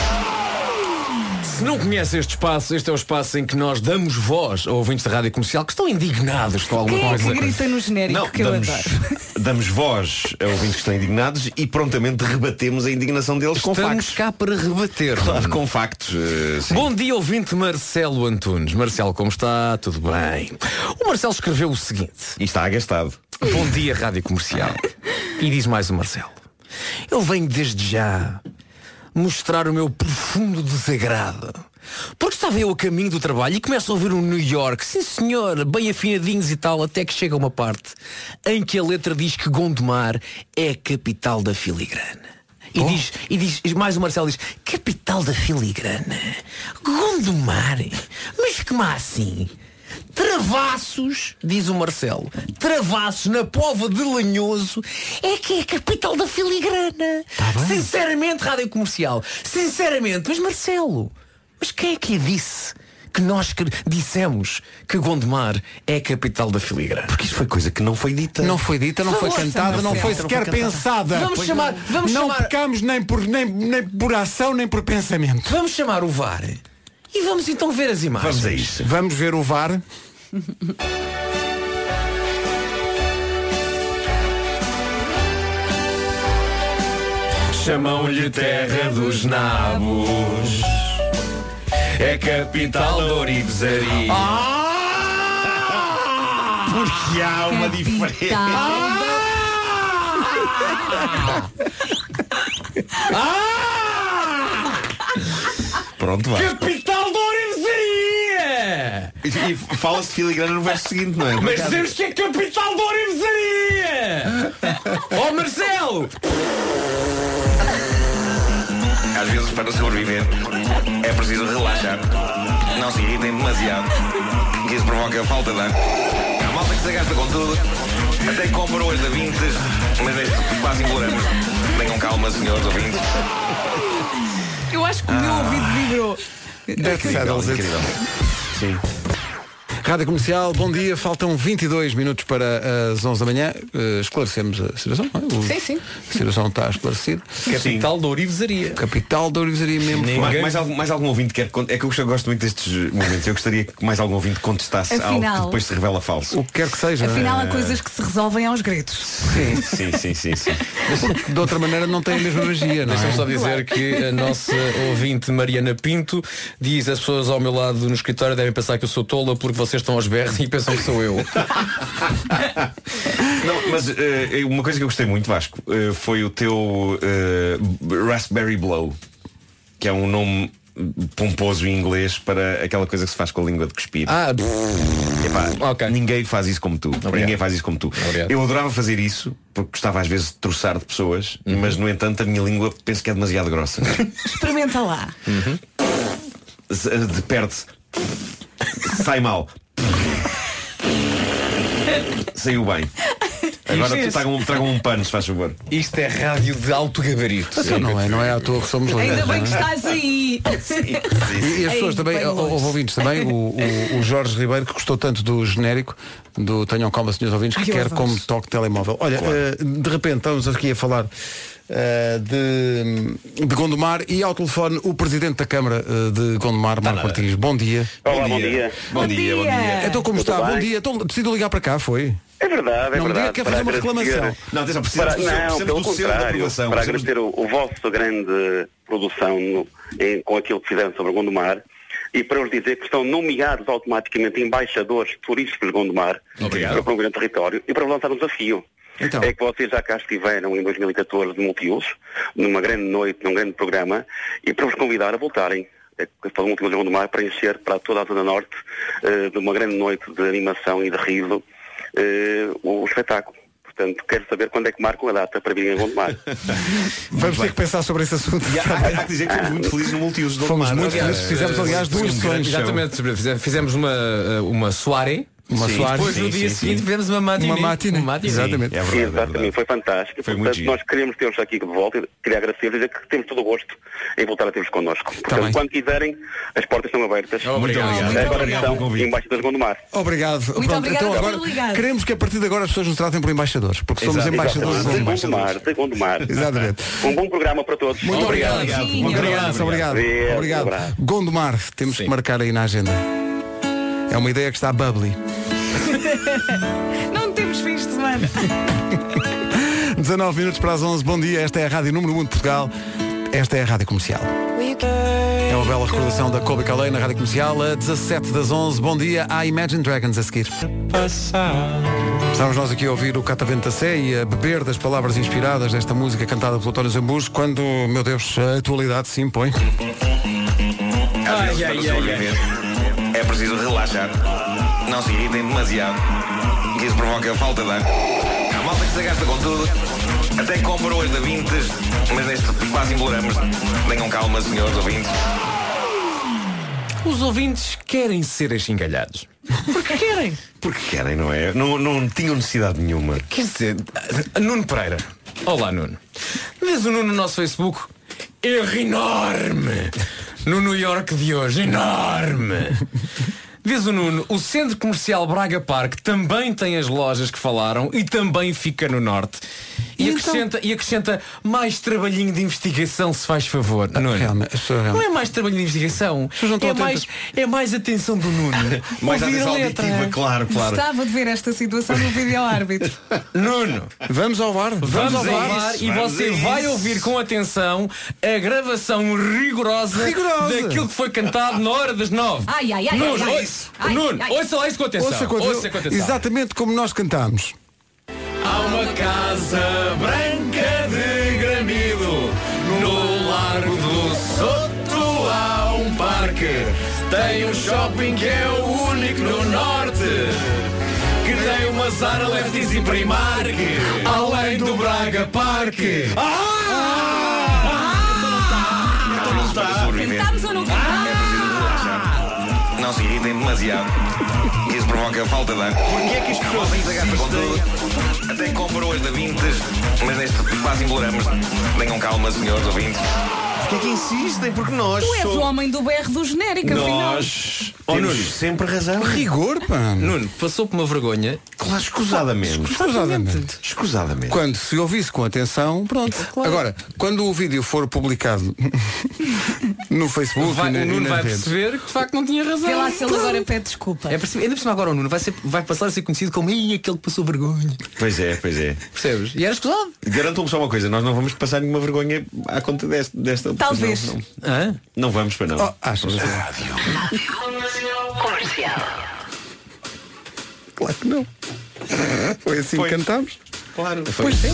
Se não conhece este espaço, este é o espaço em que nós damos voz a ouvintes da rádio comercial que estão indignados com alguma Quem é coisa. que grita no genérico que eu damos, adoro? *laughs* damos voz a ouvintes que estão indignados e prontamente rebatemos a indignação deles com Estamos factos. cá para rebater. Claro, com factos. eh, sim. Bom dia, ouvinte Marcelo Antunes. Marcelo, como está? Tudo bem? O Marcelo escreveu o seguinte. E está agastado. Bom dia, Rádio Comercial. E diz mais o Marcelo. Eu venho desde já mostrar o meu profundo desagrado. Porque estava eu a caminho do trabalho e começo a ouvir um New York, sim senhor, bem afinadinhos e tal, até que chega uma parte em que a letra diz que Gondomar é a capital da filigrana. E, diz, e diz, e mais o Marcelo diz, capital né? da filigrana, Gondomar, mas que má assim? Travassos, diz o Marcelo, Travassos na pova de Lanhoso é que é a capital da filigrana. Tá Sinceramente, rádio comercial, sinceramente, mas Marcelo, mas quem é que disse que nós que- dissemos que Gondomar é a capital da filigrana? Porque isto foi coisa que não foi dita. Não foi dita, Então não foi Vamos- cantada, não foi Não foi, não sequer foi cantada. pensada. Vamos Pois chamar- não. vamos não chamar- pecamos nem por, nem, nem por ação, nem por pensamento. Vamos chamar o VAR. E vamos então ver as imagens. Vamos a isso. Vamos ver o VAR. Chamam-lhe terra dos nabos É capital da orivesaria Ah! Porque há uma diferença. Ah! Pronto, vai. Ah! Capital da Orivesaria! E e fala-se de filigrana no verso seguinte, não é? Mas dizemos que é capital da Orivesaria! *laughs* Ó Marcelo! Às vezes, para sobreviver, é preciso relaxar. Não se irritem demasiado. Que isso provoca falta de ar. A malta que se gasta com tudo. Até compra hoje da Vintes, mas neste quase imploramos. Tenham calma, senhores ouvintes. Eu acho que o meu ouvido vibrou. É incrível. Sim. Rádio Comercial, bom dia. Faltam 22 minutos para as 11 da manhã. Eh, esclarecemos a situação, não é? O- Sim, sim. A situação está esclarecida. Capital da Orivesaria. Capital da Orivesaria mesmo. Mais, mais algum, mais algum ouvinte quer con- É que eu gosto- gosto muito destes momentos. Eu gostaria que mais algum ouvinte contestasse algo Afinal. que depois se revela falso. O que quer que seja. Afinal, há não é? coisas que se resolvem aos gritos. Sim. Sim, sim, sim, sim. Mas De outra maneira não tem a mesma magia, não é? Deixa-me só dizer que a nossa ouvinte Mariana Pinto diz as pessoas ao meu lado no escritório devem pensar que eu sou tola porque vocês estão aos berros e pensam que sou eu. Não, mas eh, uma coisa que eu gostei muito, Vasco, eh, foi o teu eh, Raspberry Blow, que é um nome pomposo em inglês para aquela coisa que se faz com a língua de cuspir. Ah, Epá, Ninguém faz isso como tu. Ninguém faz isso como tu. Obrigado. Eu adorava fazer isso, porque gostava às vezes de troçar de pessoas, mas no entanto a minha língua penso que é demasiado grossa. Experimenta lá. Se- eh, de- Perde-se. Sai mal. Saiu bem. Agora Isto- é tragam, tragam um pano, se faz favor. Isto é rádio de alto gabarito. Então não é, não é à toa que somos Ainda legais. bem não que é? estás aí. *laughs* E, e as Ei, pessoas também, bem longe. houve ouvintes também, o, o- o Jorge Ribeiro, que gostou tanto do genérico, do Tenham Calma, senhores ouvintes, que Ai, eu quer adoro. como toque telemóvel. Olha, eh, de repente estamos aqui a falar eh, de, de Gondomar e ao telefone o presidente da Câmara eh, de Gondomar, Marco Martins. Bom dia. Olá, bom dia. Tá Bom dia, bom dia. Então como Tudo está? Bom bem? dia. Então decidiu ligar para cá, foi? É verdade, é Não me diga verdade. que quer fazer uma Para agradecer- reclamação. Não, atenção, para, precisamos do seu- não, precisamos pelo do seu e da contrário, aprovação. para Precisamos- agradecer o, o vosso grande produção no- em- com aquilo que fizeram sobre Gondomar e para vos dizer que estão nomeados automaticamente embaixadores turísticos de Gondomar para promover o território e para vos lançar um desafio. Então. É que vocês já cá estiveram em 2014 de multiuso, numa grande noite, num grande programa, e para vos convidar a voltarem é, para o multiuso de Gondomar para encher para toda a Zona Norte eh, de uma grande noite de animação e de riso eh, o espetáculo. Portanto, quero saber quando é que marcam a data para é virem a Gondomar. Vamos ter que pensar sobre esse assunto. Há que dizer que fomos muito felizes no multiuso *laughs* do Fomos Tomar. muito felizes, fizemos, aliás, duas eh, Sim, sessões. Exatamente, fizemos- fizemos uma, eh, uma soirée. Uma Sim. soirée. Depois no Sim, dia sim, seguinte sim. fizemos uma matinee. Uma matinee. Exatamente. É Sim, exatamente, foi fantástico. Portanto, nós queremos ter-vos aqui de volta. e Queria agradecer e dizer que temos todo o gosto em voltar a ter-vos connosco. Portanto, Tá bem. quando quiserem, as portas estão abertas. Obrigado. Muito Agora obrigado pelo estão embaixadores de Gondomar. Obrigado. Muito Pronto, obrigada então por agora ter ligado. queremos que a partir de agora as pessoas nos tratem por embaixadores, porque somos Exato. embaixadores. Exatamente. somos De Gondomar, de Gondomar. Exatamente. Um bom programa para todos. Muito obrigado. Muito obrigado. Obrigado. Adeus, Obrigado. um abraço. Gondomar, temos que marcar aí na agenda. É uma ideia que está bubbly. *laughs* Não temos fins de semana. 19 minutos para as 11. Bom dia. Esta é a Rádio Número 1 de Portugal. Esta é a Rádio Comercial. Ah. É uma bela recordação da Kobe Calei na Rádio Comercial a 17 das 11. Bom dia à Imagine Dragons a seguir. Estamos nós aqui a ouvir o Catavento da Sé e a beber das palavras inspiradas desta música cantada pelo António Zambujo quando, meu Deus, a atualidade se impõe. Às vezes, para sobreviver, é preciso relaxar. Não se irritem demasiado, que isso provoca falta de ar. A malta que se gasta com tudo, até compra hoje da Vintes, mas neste quase imploramos. Tenham calma, senhores ouvintes. Os ouvintes querem ser achingalhados. é Porque querem. Porque querem, não é? Não, não tinham necessidade nenhuma. Quer dizer, Nuno Pereira. Olá, Nuno. Vês o Nuno no nosso Facebook? Erro enorme! No New York de hoje, enorme! Diz o Nuno, o Centro Comercial Braga Park também tem as lojas que falaram e também fica no Norte. E, então? acrescenta, e acrescenta mais trabalhinho de investigação, se faz favor. Nuno. Realmente, Ah, as pessoas Não realmente- é mais trabalho de investigação. não estão é, mais, é mais atenção do Nuno. Mais Ouvir a atenção letra. auditiva, claro, claro. Gostava de ver esta situação no vídeo árbitro. *laughs* Nuno, vamos ao VAR. Vamos, Vamos ao a VAR isso, e vamos você a isso. vai ouvir com atenção a gravação rigorosa, Rigorosa. daquilo que foi cantado na hora das nove. Ai, ai, ai, Nuno, ai, ai. oi- Ai, Nuno, ai. ouça lá isso com atenção. Ouça com atenção. Ouça com atenção. Exatamente como nós cantámos. Há uma casa branca de gramido No largo do Soto há um parque Tem um shopping que é o único no norte Que tem uma Zara, Lefties e Primark Além do Braga Park Ah! Cantámos ou não cantámos? Ah! Não se irritem demasiado, que isso provoca falta de ar. Porquê é que as pessoas se gasta com tudo, até compra hoje da Vintes, mas neste quase imploramos. Tenham calma, senhores ouvintes. Porquê é que insistem? Porque nós Tu és o homem do BR do genérico, afinal. Nós temos sempre razão. Rigor, pá. Nuno, passou por uma vergonha. Claro, escusadamente. Escusadamente. Escusadamente. Quando se ouvisse com atenção, pronto. É Agora, quando o vídeo for publicado *laughs* no Facebook, Vai- e na, o Nuno e nas vai redes, perceber que de facto não tinha razão. Vê lá se ele Claro. agora pede desculpa. É perce- Ainda por cima agora o Nuno vai, ser- vai passar a ser conhecido como "Ih, aquele que passou vergonha. Pois é, pois é. Percebes? E era escusado. Garantam-me só uma coisa, nós não vamos passar nenhuma vergonha à conta deste- desta. Talvez. Não, não. Hã? Não vamos para não. Oh, achas? Comercial. Claro que não. Foi assim que cantámos. Claro. Pois sim.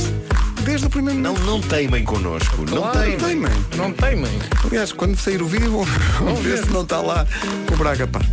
Desde o primeiro Não, não teimem connosco. Não Claro, teimem. não teimem. Não teimem. *laughs* Aliás, quando sair o vídeo, vão vão ver se não está lá o Braga Park.